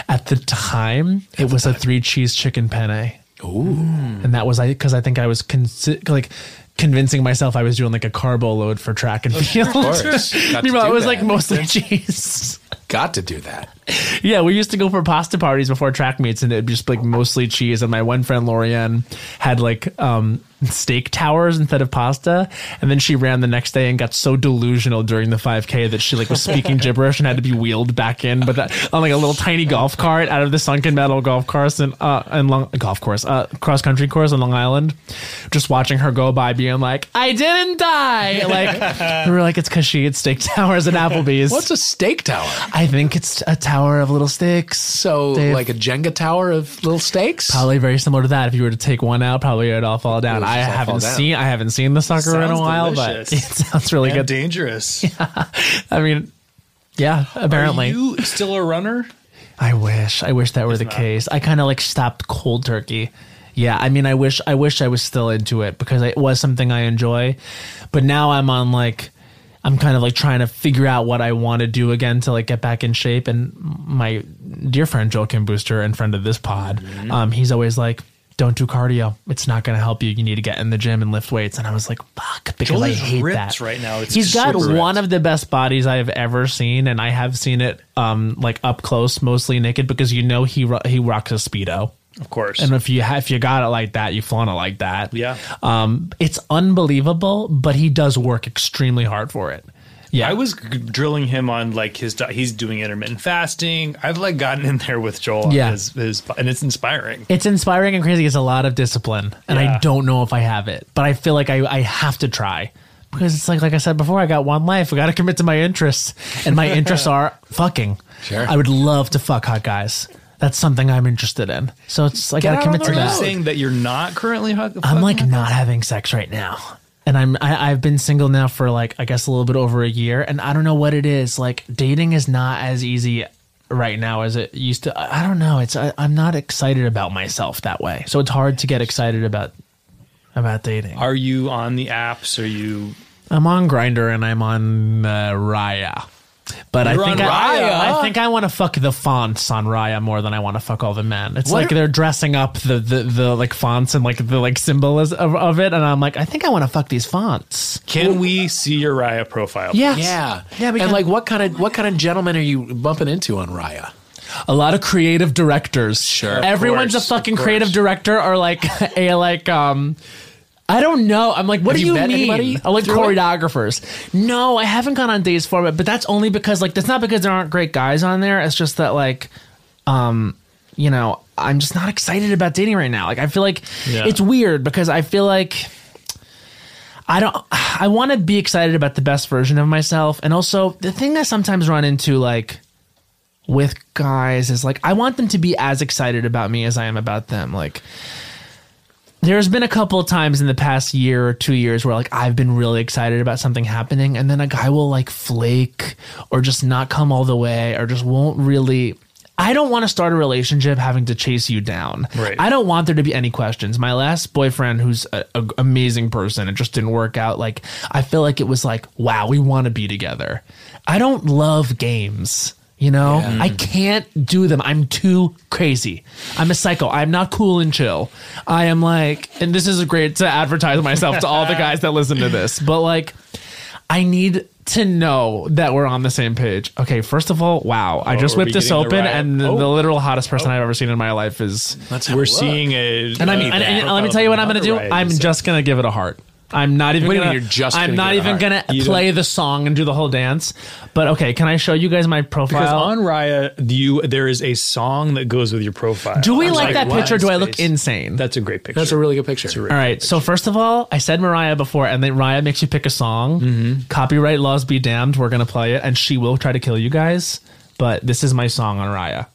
Speaker 3: At the time, it was a three cheese chicken penne. Ooh. And that was I because I think I was con- like convincing myself I was doing like a carbo load for track and field. <laughs>
Speaker 1: course. Got to
Speaker 3: Meanwhile,
Speaker 1: do
Speaker 3: it was
Speaker 1: that. <laughs>
Speaker 3: like mostly cheese.
Speaker 1: Got to do that.
Speaker 3: yeah, we used to go for pasta parties before track meets, and it'd be just like mostly cheese. And my one friend Lorianne had like um, steak towers instead of pasta, and then she ran the next day and got so delusional during the 5K that she like was speaking gibberish and had to be wheeled back in, but that, on like a little tiny golf cart out of the sunken metal golf course and uh, and long golf course, uh, cross country course on Long Island. Just watching her go by, being like, "I didn't die." Like we were like, "It's because she ate steak towers and Applebee's."
Speaker 1: What's a steak tower?
Speaker 3: I think it's a tower of little sticks.
Speaker 1: So
Speaker 3: Dave.
Speaker 1: like a Jenga tower of little stakes?
Speaker 3: probably very similar to that. If you were to take one out, probably it'd all fall down.
Speaker 1: would
Speaker 3: I
Speaker 1: just all fall
Speaker 3: haven't
Speaker 1: down.
Speaker 3: seen I haven't seen the sucker in a
Speaker 2: Sounds
Speaker 3: while,
Speaker 2: delicious.
Speaker 3: but <laughs> it sounds really
Speaker 2: And
Speaker 3: good.
Speaker 2: <laughs> dangerous.
Speaker 3: I mean, yeah, apparently.
Speaker 2: Are you still a runner?
Speaker 3: I wish. I wish that were the case. I kind of like stopped cold turkey. Yeah, I mean, I wish. I wish I was still into it because it was something I enjoy. But now I'm on like, I'm kind of like trying to figure out what I want to do again to like get back in shape. And my dear friend Joel Kim Booster and friend of this pod,
Speaker 2: Mm-hmm.
Speaker 3: um, he's always like. Don't do cardio. It's not going to help you. You need to get in the gym and lift weights. And I was like, fuck, because
Speaker 2: Joel
Speaker 3: I
Speaker 2: is
Speaker 3: hate
Speaker 2: ripped
Speaker 3: that
Speaker 2: right now. It's
Speaker 3: He's got
Speaker 2: super ripped.
Speaker 3: one of of the best bodies I have ever seen, and I have seen it um like up close, mostly naked, because you know he ro- he rocks a speedo.
Speaker 2: Of course.
Speaker 3: And if you ha- if you got it like that, you flaunt it like that.
Speaker 2: Yeah.
Speaker 3: um, it's unbelievable, but he does work extremely hard for it. Yeah,
Speaker 2: I was g- drilling him on like his di- he's doing intermittent fasting. I've like gotten in there with Joel. on
Speaker 3: Yeah.
Speaker 2: his, his, and it's inspiring.
Speaker 3: It's inspiring and crazy. It's a lot of discipline, and
Speaker 2: Yeah.
Speaker 3: I don't know if I have it, but I feel like I, I have to try because it's like like I said before, I got one life. I got to commit to my interests, and my interests are fucking.
Speaker 1: Sure.
Speaker 3: I would love to fuck hot guys. That's something I'm interested in. So it's I got
Speaker 1: out
Speaker 3: to
Speaker 1: on
Speaker 3: commit
Speaker 1: the
Speaker 3: to
Speaker 2: Are you
Speaker 3: that.
Speaker 2: saying that you're not currently? Hug-
Speaker 3: I'm like not having sex right now. and I'm I, I've been single now for like I guess a little bit over a year, and I don't know what it is. Like dating is not as easy right now as it used to. I, I don't know. It's I, I'm not excited about myself that way, so it's hard to get excited about about dating.
Speaker 2: Are you on the apps? Are you?
Speaker 3: I'm on Grinder and I'm on uh, Raya. But
Speaker 2: You're
Speaker 3: I think
Speaker 2: on
Speaker 3: I,
Speaker 2: Raya?
Speaker 3: I think I want to fuck the fonts on Raya more than I want to fuck all the men. It's
Speaker 1: What
Speaker 3: like
Speaker 1: are-
Speaker 3: they're dressing up the, the, the like fonts and like the like symbols of, of it, and I'm like, I think I want to fuck these fonts.
Speaker 2: Can we see your Raya profile?
Speaker 3: Yes.
Speaker 1: Yeah.
Speaker 3: Yeah.
Speaker 1: And
Speaker 3: Because
Speaker 1: like, what kind of what kind of gentleman are you bumping into on Raya?
Speaker 3: a lot of creative directors.
Speaker 1: Sure. Of
Speaker 3: Everyone's
Speaker 2: course,
Speaker 3: a fucking
Speaker 2: of course.
Speaker 3: creative director or like <laughs> a like um I don't know. I'm like, what
Speaker 1: Have
Speaker 3: do
Speaker 1: you
Speaker 3: you,
Speaker 1: met anybody
Speaker 3: mean? I like
Speaker 1: through it?
Speaker 3: choreographers. No, I haven't gone on dates for it, but that's only because like that's not because there aren't great guys on there. It's just that like um you know, I'm just not excited about dating right now. Like I feel like
Speaker 2: Yeah.
Speaker 3: it's weird because I feel like I don't I want to be excited about the best version of myself and also the thing I sometimes run into like with guys is like I want them to be as excited about me as I am about them like there's been a couple of times in the past year or two years where like I've been really excited about something happening and then a guy will like flake or just not come all the way or just won't really I don't want to start a relationship having to chase you down.
Speaker 2: Right.
Speaker 3: I don't want there to be any questions. My last boyfriend who's an amazing person, it just didn't work out. Like I feel like it was like, wow, we want to be together. I don't love games. You know, I can't do them. I'm too crazy. I'm a psycho. I'm not cool and chill. I am like, and this is great to advertise myself to
Speaker 2: <laughs>
Speaker 3: all the guys that listen to this, but like, I need to know that we're on the same page. Okay, first of all, wow, I just
Speaker 2: Oh, are we
Speaker 3: whipped this
Speaker 2: getting the
Speaker 3: open,
Speaker 2: right-
Speaker 3: and the,
Speaker 2: Oh.
Speaker 3: the literal hottest person I've ever seen in my life is.
Speaker 1: Let's
Speaker 2: We're seeing a.
Speaker 3: And I
Speaker 2: uh,
Speaker 3: mean, and, and
Speaker 2: profile
Speaker 3: let me tell you what I'm
Speaker 2: of
Speaker 3: gonna do.
Speaker 2: Raya
Speaker 3: I'm
Speaker 2: Yusuf.
Speaker 3: just gonna give it a heart. I'm not even.
Speaker 1: What do you
Speaker 3: gonna,
Speaker 1: mean you're just
Speaker 3: I'm
Speaker 1: gonna
Speaker 3: not
Speaker 1: give it a
Speaker 3: even
Speaker 1: heart?
Speaker 3: gonna play the song and do the whole dance. But okay, can I show you guys my profile?
Speaker 2: because on Raya, you there is a song that goes with your profile.
Speaker 3: do we
Speaker 2: I'm
Speaker 3: like that
Speaker 2: what?
Speaker 3: picture? Or do I look
Speaker 2: Space.
Speaker 3: insane?
Speaker 2: That's a great picture.
Speaker 1: That's a really good picture.
Speaker 2: It's a really-
Speaker 3: all right. So first of all, I said Mariah before, and then Mariah makes you pick a song. Copyright laws be damned. We're gonna play it, and she will try to kill you guys. But this is my song on Raya.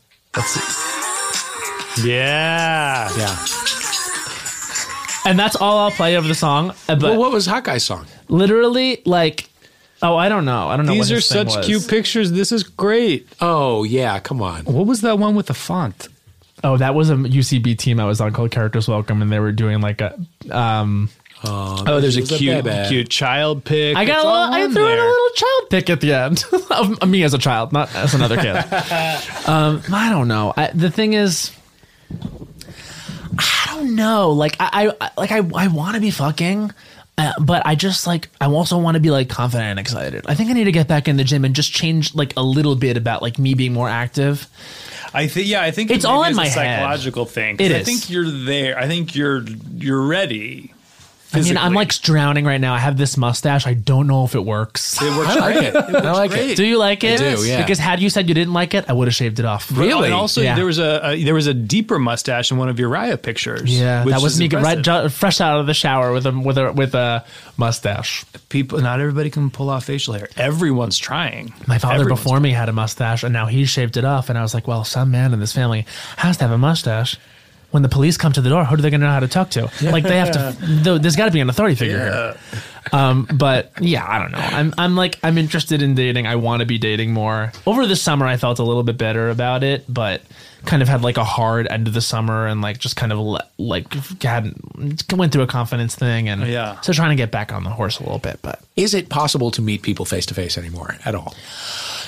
Speaker 2: yeah.
Speaker 1: yeah.
Speaker 3: And that's all I'll play of the song. uh, But
Speaker 1: Well, what was Hot Guy's song?
Speaker 3: literally, like, oh, I don't know. I don't know.
Speaker 2: These
Speaker 3: what
Speaker 2: are
Speaker 3: his thing
Speaker 2: such
Speaker 3: was.
Speaker 2: cute pictures. This is great.
Speaker 1: Oh yeah, come on.
Speaker 2: What was that one with the font?
Speaker 3: Oh, that was a UCB team I was on called Characters Welcome, and they were doing like a. Um,
Speaker 2: Oh, there's a
Speaker 1: She's a
Speaker 2: cute,
Speaker 1: baby.
Speaker 2: cute child pic.
Speaker 3: I got
Speaker 2: It's
Speaker 3: a
Speaker 2: all
Speaker 3: little. I
Speaker 2: on
Speaker 3: threw in a
Speaker 2: there.
Speaker 3: little child pick at the end <laughs> of of me as a child, not as
Speaker 2: <laughs>
Speaker 3: another kid. um, I don't know. I, the thing is, I don't know. Like I, I like I, I want to be fucking. Uh, but I just like I also want to be like confident and excited. I think I need to get back in the gym and just change like a little bit about like me being more active.
Speaker 2: I think yeah, I think
Speaker 3: It's
Speaker 2: it
Speaker 3: all
Speaker 2: maybe
Speaker 3: in
Speaker 2: is
Speaker 3: my
Speaker 2: a
Speaker 3: head.
Speaker 2: psychological thing. 'cause
Speaker 3: It
Speaker 2: I
Speaker 3: is.
Speaker 2: think you're there. I think you're you're ready.
Speaker 3: I mean, I'm
Speaker 2: physically.
Speaker 3: like drowning right now. I have this mustache. I don't know if it works.
Speaker 2: It works
Speaker 1: I like
Speaker 2: great.
Speaker 1: it. I like
Speaker 2: great.
Speaker 1: it.
Speaker 3: Do you like it?
Speaker 1: do, yeah.
Speaker 3: Because had you said you didn't like it, I would have shaved it off.
Speaker 1: Really?
Speaker 2: And also,
Speaker 3: Yeah.
Speaker 2: there was a, a there was a deeper mustache in one of your Raya pictures.
Speaker 3: Yeah,
Speaker 2: which
Speaker 3: that was
Speaker 2: is
Speaker 3: me get right,
Speaker 2: impressive.
Speaker 3: ju- fresh out of the shower with a with a with a mustache.
Speaker 2: People, not everybody can pull off facial hair. Everyone's trying.
Speaker 3: My father
Speaker 2: Everyone's
Speaker 3: before me had a mustache, and now he shaved it off. And I was like, well, some man in this family has to have a mustache. When the police come to the door, who are they going to know how to talk to? Like they have to. Though, there's got to be an authority figure here. Um, but yeah, I don't know. I'm I'm like I'm interested in dating. I want to be dating more. Over the summer, I felt a little bit better about it, but kind of had like a hard end of the summer and like just kind of le- like had went through a confidence thing and
Speaker 2: Yeah.
Speaker 3: So trying to get back on the horse a little bit, but
Speaker 1: Is it possible to meet people face to face anymore at all?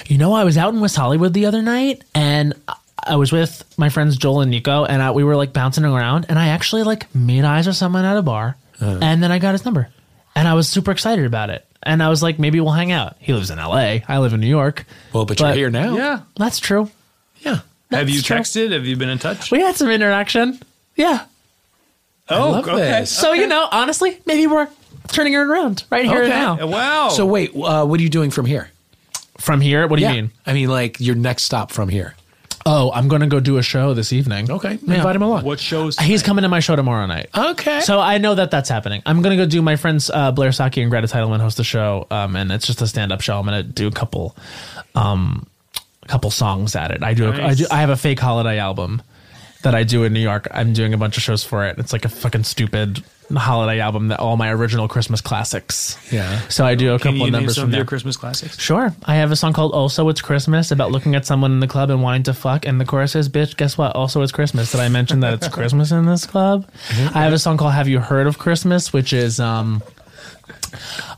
Speaker 3: You know, I was out in West Hollywood the other night and I- I was with my friends Joel and Nico and I, we were like bouncing around and I actually like made eyes with someone at a bar
Speaker 1: Uh.
Speaker 3: and then I got his number and I was super excited about it. And I was like, maybe we'll hang out. He lives in LA. I live in New York.
Speaker 1: Well, but, you're here now.
Speaker 2: Yeah.
Speaker 3: That's true.
Speaker 1: Yeah.
Speaker 2: Have you
Speaker 3: true.
Speaker 2: texted? Have you been in touch?
Speaker 3: We had some interaction. Yeah.
Speaker 2: oh,
Speaker 1: love this.
Speaker 3: So, you know, honestly, maybe we're turning it around right here and
Speaker 1: Okay.
Speaker 3: now.
Speaker 2: Wow.
Speaker 1: So wait, uh, what are you doing from here?
Speaker 3: From here, what do you mean?
Speaker 1: I mean, like your next stop from here.
Speaker 3: Oh, I'm going to go do a show this evening.
Speaker 1: Okay.
Speaker 3: Yeah.
Speaker 1: Invite him along.
Speaker 2: what shows?
Speaker 3: He's coming to my show tomorrow night.
Speaker 1: Okay.
Speaker 3: So I know that that's happening. I'm gonna go do my friends uh, Blair Saki and Greta Titelman host a show, um, and it's just a stand up show. I'm gonna do a couple, um, a couple songs at it. I do, a, I
Speaker 2: Nice.
Speaker 3: do. I have a fake holiday album that I do in New York. I'm doing a bunch of shows for it. It's like a fucking stupid holiday album that all my original Christmas classics.
Speaker 1: Yeah.
Speaker 3: So I do a
Speaker 2: Can
Speaker 3: couple
Speaker 2: you name
Speaker 3: of numbers
Speaker 2: some
Speaker 3: from
Speaker 2: of your
Speaker 3: there.
Speaker 2: Christmas classics?
Speaker 3: Sure. I have a song called Also It's Christmas about looking at someone in the club and wanting to fuck. And the chorus is, bitch, guess what? Also it's Christmas. Did I mention that it's Christmas in this club? I have a song called Have You Heard of Christmas, which is um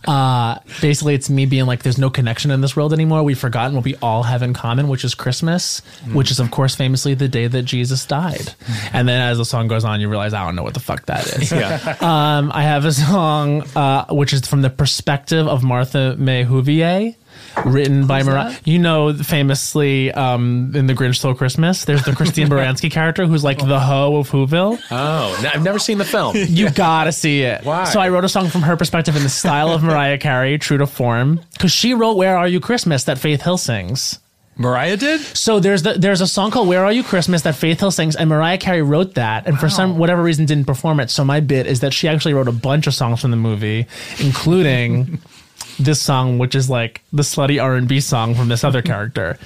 Speaker 3: uh basically it's me being like there's no connection in this world anymore. We've forgotten what we all have in common, which is Christmas, which is of course famously the day that Jesus died. And then as the song goes on, you realize I don't know what the fuck that is.
Speaker 2: Yeah.
Speaker 3: Um, I have a song uh, which is from the perspective of Martha May Huvier, written by Mariah. You know, famously um, in The Grinch Stole Christmas, there's the Christine Baranski character who's like the hoe of Whoville.
Speaker 1: Oh, no, I've never seen the
Speaker 2: <laughs>
Speaker 1: film.
Speaker 3: You gotta see it.
Speaker 1: Why?
Speaker 3: So I wrote a song from her perspective in the style of Mariah Carey, true to form, because she wrote "Where Are You Christmas" that Faith Hill sings.
Speaker 2: Mariah did?
Speaker 3: So there's the, there's a song called "Where Are You Christmas" that Faith Hill sings, and Mariah Carey wrote that, and for some whatever reason didn't perform it. So my bit is that she actually wrote a bunch of songs from the movie,
Speaker 2: <laughs>
Speaker 3: including this song, which is like the slutty R and B song from this other character.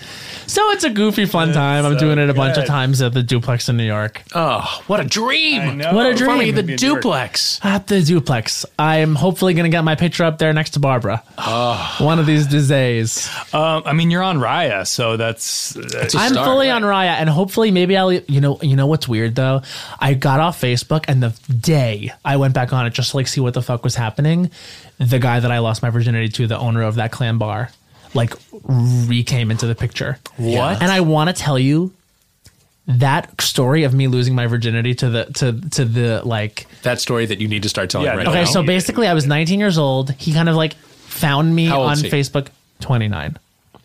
Speaker 3: So it's a goofy, fun time. I'm
Speaker 2: so
Speaker 3: doing it a bunch of
Speaker 2: good. Uh.
Speaker 3: times at the duplex in New York.
Speaker 1: Oh, what a dream!
Speaker 2: know.
Speaker 3: What a
Speaker 1: For me,
Speaker 3: dream.
Speaker 1: the
Speaker 2: Maybe in New York.
Speaker 1: duplex.
Speaker 3: At the duplex, I'm hopefully gonna get my picture up there next to Barbara.
Speaker 2: Ah.
Speaker 3: One of these days.
Speaker 2: Um, I mean, you're on Raya, so that's. Uh,
Speaker 1: It's a
Speaker 3: I'm
Speaker 1: start.
Speaker 3: fully on Raya, and hopefully, maybe I'll. You know, you know what's weird though. I got off Facebook, and the day I went back on it just to like see what the fuck was happening, the guy that I lost my virginity to, the owner of that clam bar, like re came into the picture.
Speaker 2: What?
Speaker 3: And I want to tell you that story of me losing my virginity to the to to the like
Speaker 1: That story that you need to start telling
Speaker 2: Yeah,
Speaker 1: right
Speaker 2: no.
Speaker 3: Okay,
Speaker 1: now.
Speaker 3: so basically, I was 19 years old. He kind of like found me
Speaker 1: How old
Speaker 3: on
Speaker 1: is he?
Speaker 3: Facebook. 29.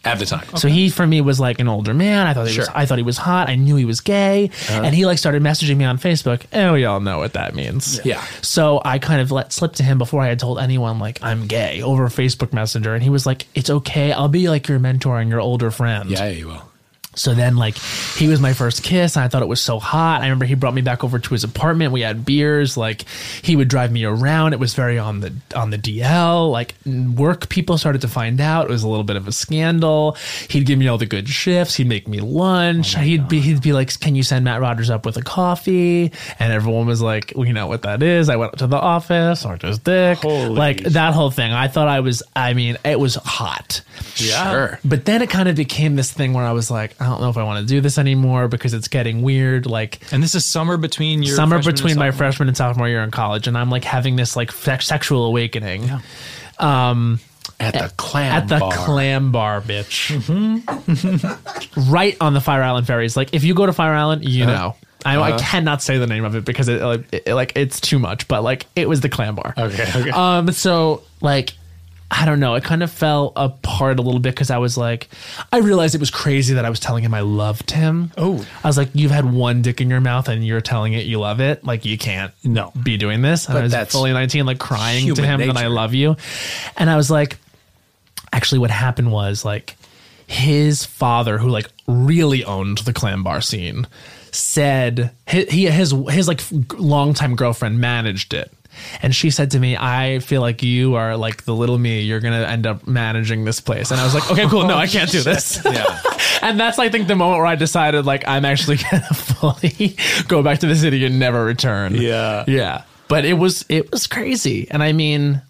Speaker 1: At the time.
Speaker 3: So he for me was like an older man. I thought he was
Speaker 1: Sure. Uh-huh.
Speaker 3: I thought he was hot. I knew he was gay, and he like started messaging me on Facebook. And we all know what that means.
Speaker 1: Yeah.
Speaker 3: So I kind of let slip to him before I had told anyone like I'm gay over Facebook Messenger, and he was like, "It's okay. I'll be like your mentor and your older friend."
Speaker 1: Yeah, you will.
Speaker 3: So then, like, he was my first kiss, and I thought it was so hot. I remember he brought me back over to his apartment. We had beers. Like, he would drive me around. It was very on the on the DL. Like, work people started to find out. It was a little bit of a scandal. He'd give me all the good shifts. He'd make me
Speaker 2: Oh
Speaker 3: lunch. he'd be he'd be like, "Can you send Matt Rogers up with a coffee?" And everyone was like, "We know what that is." I went up to the office, sucked his dick,
Speaker 2: Holy
Speaker 3: like
Speaker 2: shit.
Speaker 3: that whole thing. I thought I was. I mean, it was hot.
Speaker 2: Yeah.
Speaker 1: Sure.
Speaker 3: But then it kind of became this thing where I was like, I don't know if I want to do this anymore because it's getting weird. Like
Speaker 2: and this is summer between your.
Speaker 3: summer
Speaker 2: freshman and
Speaker 3: between my
Speaker 2: sophomore.
Speaker 3: freshman and sophomore year in college, and I'm like having this like sex- sexual awakening
Speaker 1: At the clam
Speaker 3: at the clam bar, bitch. Mm-hmm. <laughs> right on the Fire Island ferries. Like if you go to Fire Island, you
Speaker 1: Uh-huh.
Speaker 3: know. I, I cannot say the name of it because it, like, it like it's too much, but like it was the clam bar.
Speaker 1: Okay. okay.
Speaker 3: Um, so like, I don't know. It kind of fell apart a little bit because I was like, I realized it was crazy that I was telling him I loved him.
Speaker 2: Oh.
Speaker 3: I was like, you've had one dick in your mouth and you're telling it you love it. Like you can't
Speaker 2: No.
Speaker 3: be doing this. And
Speaker 1: But
Speaker 3: I was
Speaker 1: that's
Speaker 3: fully 19, like crying to
Speaker 1: human
Speaker 3: him that I
Speaker 1: nature.
Speaker 3: love you. And I was like, actually what happened was like his father who like really owned the clam bar scene said his, he his his like f- longtime girlfriend managed it and she said to me i feel like you are like the little me you're gonna end up managing this place and i was like okay cool no i can't
Speaker 1: <laughs>
Speaker 3: do this
Speaker 1: Oh, yeah.
Speaker 3: <laughs> and that's i think the moment where i decided like i'm actually <laughs> gonna fully go back to the city and never return
Speaker 2: Yeah.
Speaker 3: yeah but it was it was crazy and i mean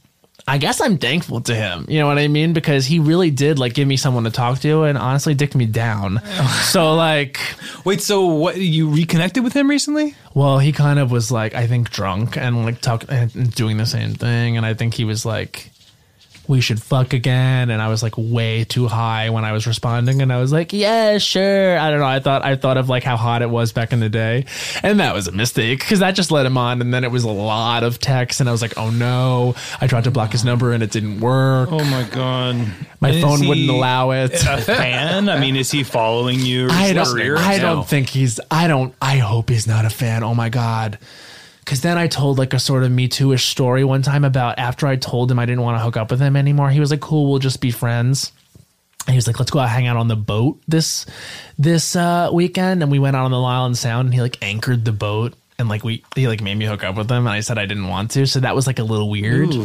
Speaker 3: i guess i'm thankful to him you know what i mean because he really did like give me someone to talk to and honestly dicked me down so like
Speaker 2: Wait, so what? You reconnected with him recently?
Speaker 3: well he kind of was like i think drunk and like talking and doing the same thing and i think he was like we should fuck again and i was like way too high when i was responding and i was like yeah sure i don't know i thought i thought of like how hot it was back in the day and that was a mistake because that just let him on and then it was a lot of texts and i was like oh no i tried to block his number and it didn't work
Speaker 2: Oh my god.
Speaker 3: my
Speaker 2: Is
Speaker 3: phone
Speaker 2: he
Speaker 3: wouldn't allow it
Speaker 2: A fan? I mean, is he following you?
Speaker 3: I
Speaker 2: career?
Speaker 3: don't, I
Speaker 2: No.
Speaker 3: don't think he's. I don't. I hope he's not a fan. Oh my god. Because then I told like a sort of Me Too ish story one time about after I told him I didn't want to hook up with him anymore. He was like, "Cool, we'll just be friends." And he was like, "Let's go out hang out on the boat this this uh, weekend." And we went out on the Long Island Sound, and he like anchored the boat. And like we, he like made me hook up with him, and I said I didn't want to, so that was like a little weird.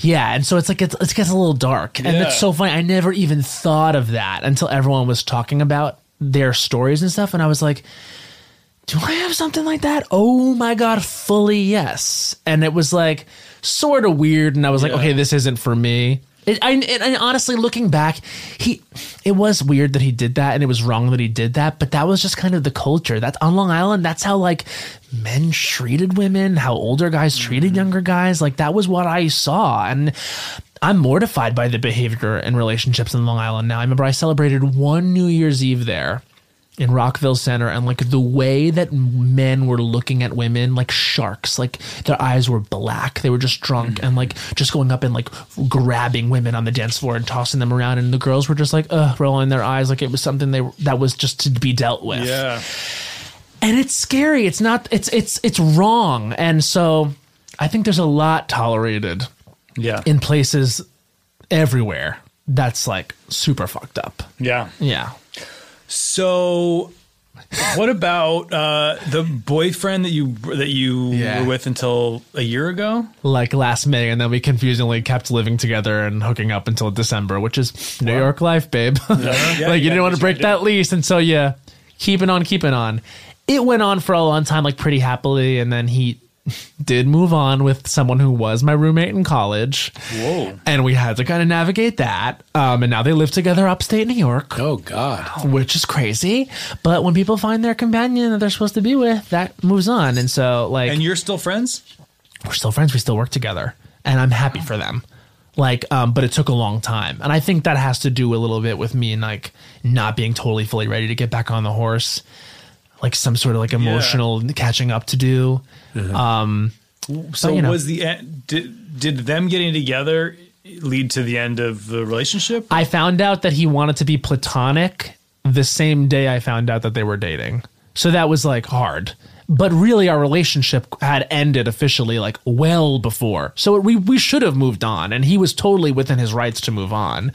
Speaker 3: yeah. and so it's like it's, it gets a little dark, and
Speaker 2: Yeah.
Speaker 3: it's so funny. I never even thought of that until everyone was talking about their stories and stuff, and I was like, do I have something like that? Oh my God, fully yes. And it was like sort of weird. And I was like, okay, this isn't for me. It, I, and, and honestly, looking back, he it was weird that he did that, and it was wrong that he did that. But that was just kind of the culture. That's on Long Island. That's how like men treated women, how older guys treated younger guys. Like that was what I saw, and I'm mortified by the behavior and relationships in Long Island now. I remember I celebrated one New Year's Eve there in Rockville Center and like the way that men were looking at women like sharks like their eyes were black they were just drunk and like just going up and like grabbing women on the dance floor and tossing them around and the girls were just like uh rolling their eyes like it was something they that was just to be dealt with
Speaker 2: Yeah.
Speaker 3: and it's scary it's not it's it's it's wrong and so I think there's a lot tolerated
Speaker 2: Yeah.
Speaker 3: in places everywhere that's like super fucked up.
Speaker 2: yeah.
Speaker 3: Yeah.
Speaker 2: So, what about uh, the boyfriend that you that you
Speaker 3: Yeah.
Speaker 2: were with until a year ago?
Speaker 3: Like last May, and then we confusingly kept living together and hooking up until December, which is New York life, babe. <laughs>
Speaker 2: Yeah,
Speaker 3: like you
Speaker 2: yeah,
Speaker 3: didn't want
Speaker 2: you
Speaker 3: to break
Speaker 2: did.
Speaker 3: that lease, and so yeah, keeping on, keeping on. It went on for a long time, like pretty happily, and then he <laughs> did move on with someone who was my roommate in college.
Speaker 2: Whoa.
Speaker 3: And we had to kind of navigate that. Um, and now they live together upstate New York.
Speaker 1: Oh God.
Speaker 3: which is crazy. But when people find their companion that they're supposed to be with, that moves on. And so, like,
Speaker 2: And you're still friends?
Speaker 3: we're still friends. We still work together, and I'm happy for them. Like, um, but it took a long time, and I think that has to do a little bit with me and like not being totally fully ready to get back on the horse, like some sort of like emotional catching up to do.
Speaker 2: So
Speaker 3: you know.
Speaker 2: was the end, did did them getting together lead to the end of the relationship?
Speaker 3: I found out that he wanted to be platonic the same day I found out that they were dating. So that was like hard. But really, our relationship had ended officially like well before. So we, we should have moved on, and he was totally within his rights to move on.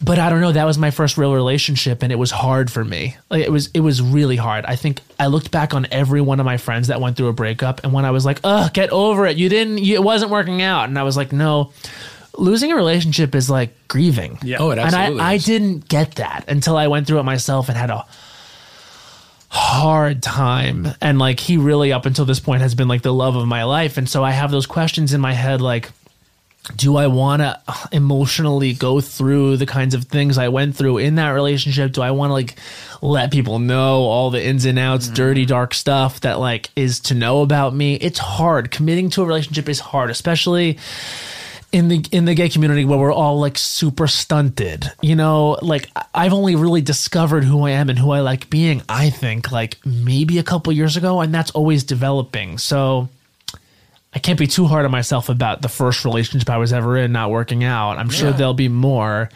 Speaker 3: But I don't know. That was my first real relationship, and it was hard for me. Like, it was it was really hard. I think I looked back on every one of my friends that went through a breakup, and when I was like, "Ugh, get over it. You didn't. You, it wasn't working out," and I was like, "No." Losing a relationship is like grieving. Yeah.
Speaker 1: Oh, it
Speaker 3: And
Speaker 1: absolutely
Speaker 3: I, I
Speaker 1: is.
Speaker 3: didn't get that until I went through it myself and had a hard time. And like he really up until this point has been like the love of my life. And so I have those questions in my head like do I want to emotionally go through the kinds of things I went through in that relationship? Do I want to like let people know all the ins and outs, dirty, dark stuff that like is to know about me? It's hard. Committing to a relationship is hard, especially in the in the gay community where we're all like super stunted. You know, like I- I've only really discovered who I am and who I like being, I think, like maybe a couple years ago, and that's always developing. So I can't be too hard on myself about the first relationship I was ever in not working out. I'm sure there'll be more.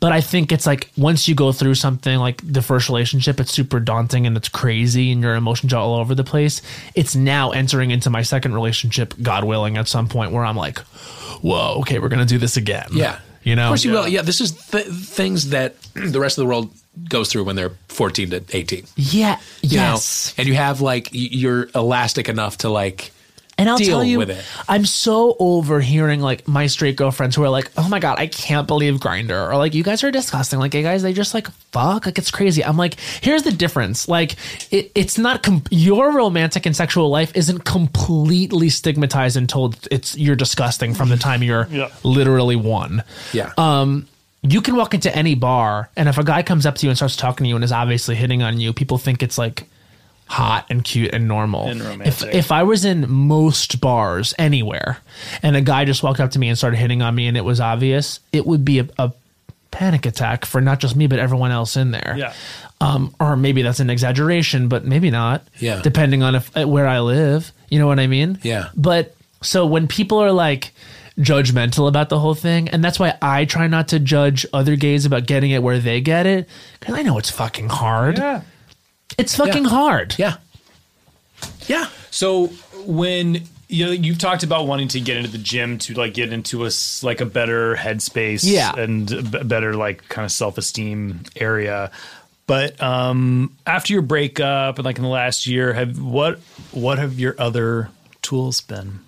Speaker 3: But I think it's like once you go through something like the first relationship, it's super daunting and it's crazy and your emotions are all over the place. It's now entering into my second relationship, God willing, at some point where I'm like, whoa, okay, we're going to do this again.
Speaker 1: Yeah.
Speaker 3: You know?
Speaker 1: Of course you will. Yeah. This is th- things that <clears throat> the rest of the world goes through when they're 14 to 18.
Speaker 3: yeah.
Speaker 1: you know?
Speaker 3: Yes.
Speaker 1: And you have like, y- you're elastic enough to like,
Speaker 3: And I'll
Speaker 1: deal
Speaker 3: tell you,
Speaker 1: with it.
Speaker 3: I'm so over hearing like my straight girlfriends who are like, "Oh my god, I can't believe Grinder," or like, "You guys are disgusting." Like, gay guys, they just like fuck, like it's crazy. I'm like, here's the difference. Like, it, it's not com- your romantic and sexual life isn't completely stigmatized and told it's you're disgusting from the time you're literally one
Speaker 1: yeah.
Speaker 3: Um, you can walk into any bar and if a guy comes up to you and starts talking to you and is obviously hitting on you people think it's like hot and cute and normal
Speaker 2: And
Speaker 3: if,
Speaker 2: romantic.
Speaker 3: if i was in most bars anywhere and a guy just walked up to me and started hitting on me and it was obvious it would be a, a panic attack for not just me but everyone else in there
Speaker 2: Yeah.
Speaker 3: um, or maybe that's an exaggeration but maybe not
Speaker 1: Yeah.
Speaker 3: depending on if uh, where i live you know what i mean
Speaker 1: Yeah.
Speaker 3: but so when people are like judgmental about the whole thing, and that's why I try not to judge other gays about getting it where they get it, because I know it's fucking hard.
Speaker 2: Yeah.
Speaker 3: It's fucking
Speaker 1: Yeah.
Speaker 3: hard.
Speaker 1: yeah. Yeah.
Speaker 2: So when you know, you've talked about wanting to get into the gym to like get into a s- like a better headspace
Speaker 3: Yeah.
Speaker 2: and a b- better like kind of self-esteem area. But um after your breakup and like in the last year have what what have your other tools been?